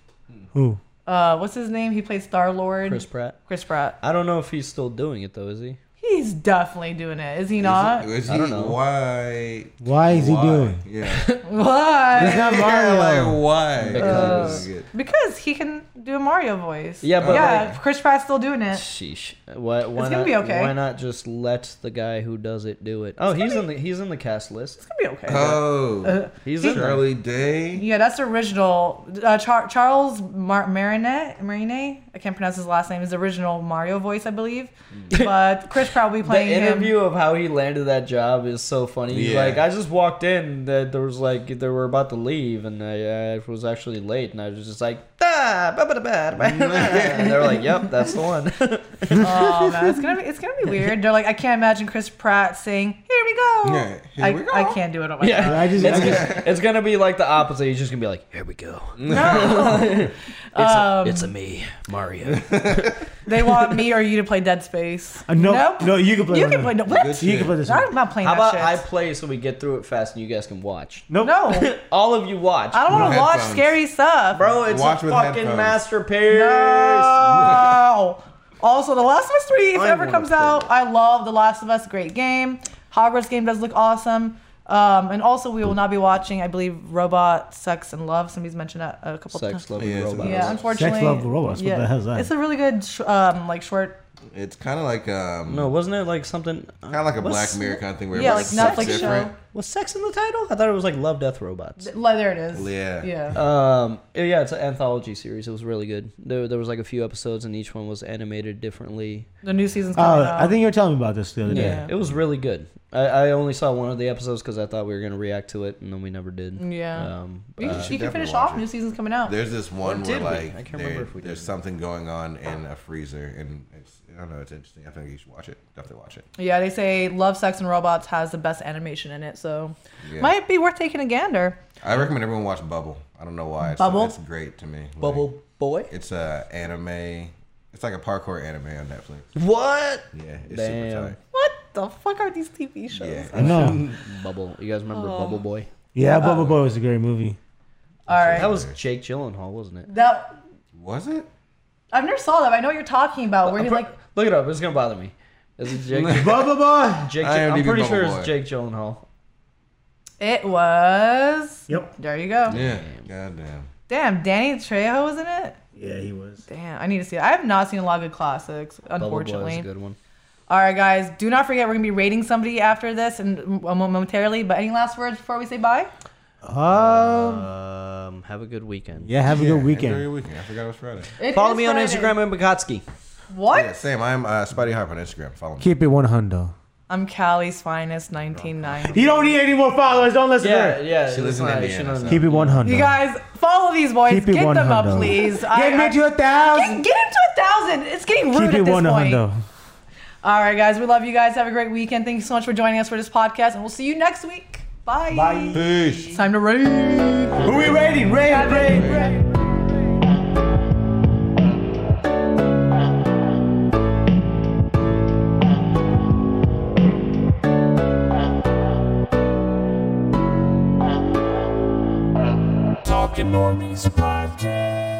Who? Uh, what's his name? He plays Star Lord. Chris Pratt. Chris Pratt. I don't know if he's still doing it though. Is he? He's definitely doing it, is he not? Is, he, I don't know. Why? Why is he why? doing? Yeah. It's Why? not Yeah, Mario. like why? Because- This is good. Because he can do a Mario voice. Yeah, but yeah, like- Chris Pratt's still doing it. Sheesh. Why, why It's gonna not, be okay. Why not just let the guy who does it do it? Oh, he's in the he's in the cast list. It's gonna be okay. uh, oh, He's in there. Charlie Day. yeah, that's original. Uh, Char- Charles Mar- Marinette, Marine, I can't pronounce his last name. His original Mario voice, I believe. But Chris Pratt will be Mm. The playing him. interview of how he landed that job is so funny. He's Yeah. Like I just walked in, that there was like they were about to leave, and I, I was actually late, and I was just like, ah, ba ba da ba da ba." and they were like, "Yep, that's the one." Oh man, it's gonna be it's gonna be weird. They're like, I can't imagine Chris Pratt saying, "Here we go." Yeah, here I, we go. I can't do it on my yeah, I just- it's, gonna, it's gonna be like the opposite. He's just gonna be like, "Here we go." It's, a, it's a Um, me, Mario. They want me or you to play Dead Space. Uh, no, no, you can play You one can now. play no, what? Good You can play this I'm one. not playing How that about shit. I play so we get through it fast, and you guys can watch. Nope. Oh, no, All of you watch. I don't want to No watch headphones. scary stuff, Bro, it's Watch a with fucking headphones. masterpiece. No. Also, The Last of Us Three, if it I ever wanna comes play out, it. I love The Last of Us. Great game. Hogwarts game does look awesome. Um, and also, we will not be watching. I believe Robot Sex and Love. Somebody's mentioned that a couple times. Sex, love, and Yeah, it's a- robots. Yeah, unfortunately. Love, Robots. What the hell's that? It's a really good, sh- um, like short. It's kind of like um, No, wasn't it like something? uh, kind of like a was- Black Mirror kind of thing where Yeah, everybody's like Netflix different. Was sex in the title? I thought it was like Love, Death, Robots. Like, there it is. Yeah. Yeah. Um, yeah, it's an anthology series. It was really good. There, there was like a few episodes, and each one was animated differently. The new season's coming Oh, out. I think you were telling me about this the other day. Yeah. it was really good. I, I only saw one of the episodes because I thought we were gonna react to it, and then we never did. Yeah. Um, you, uh, you can finish definitely off. watch it. New season's coming out. There's this one did where we? like I can't there- remember if we there's did. something going on in a freezer, and it's I don't know, it's interesting. I think you should watch it. Definitely watch it. yeah, they say Love, Sex, and Robots has the best animation in it, so Yeah. might be worth taking a gander. I recommend everyone watch Bubble. I don't know why. It's, Bubble? It's great to me. Like, Bubble Boy. It's a anime. It's like a parkour anime on Netflix. What? Yeah, it's Damn. super tight. What the fuck are these TV shows? Yeah. I know. Bubble. You guys remember Oh. Bubble Boy? Yeah, Bubble Boy was a great movie. All right. That was Jake Gyllenhaal, wasn't it? That Was it? I've never saw that. But I know what you're talking about. Where he Pro- like look it up. It's gonna bother me. Is it Jake? Jake, Bubba boy. Jake I am I'm even pretty sure Bubba Boy. it's Jake Gyllenhaal. It was. Yep. There you go. Yeah. Goddamn. Damn, Danny Trejo was in it. Yeah, he was. Damn, I need to see it. I have not seen a lot of good classics, Bubble Boy unfortunately. is a good one. All right, guys, do not forget we're gonna be rating somebody after this and m- momentarily. But any last words before we say bye? Um. Um, have a good weekend. Yeah. Have a Yeah, good enjoy your weekend. weekend. I forgot it was Friday. It Follow is me on Friday. Instagram and Bogotsky. What? Yeah, same. I'm uh, Spidey Harp on Instagram. Follow me. Keep it one hundo. I'm Callie's finest 1990. You don't need any more followers. Don't listen to her. yeah. She lives in Indiana, so- Keep it one hundo. You guys, follow these boys. Keep it get one them up, hundo. please. Get me to a Get, thousand. get him to a thousand. It's getting rude Keep at it this one point. hundo. All right, guys. We love you guys. Have a great weekend. Thank you so much for joining us for this podcast, and we'll see you next week. Bye. Bye. Peace. It's time to rate. Who we rating? Ray, Ray, Ray. Talking Normies Podcast.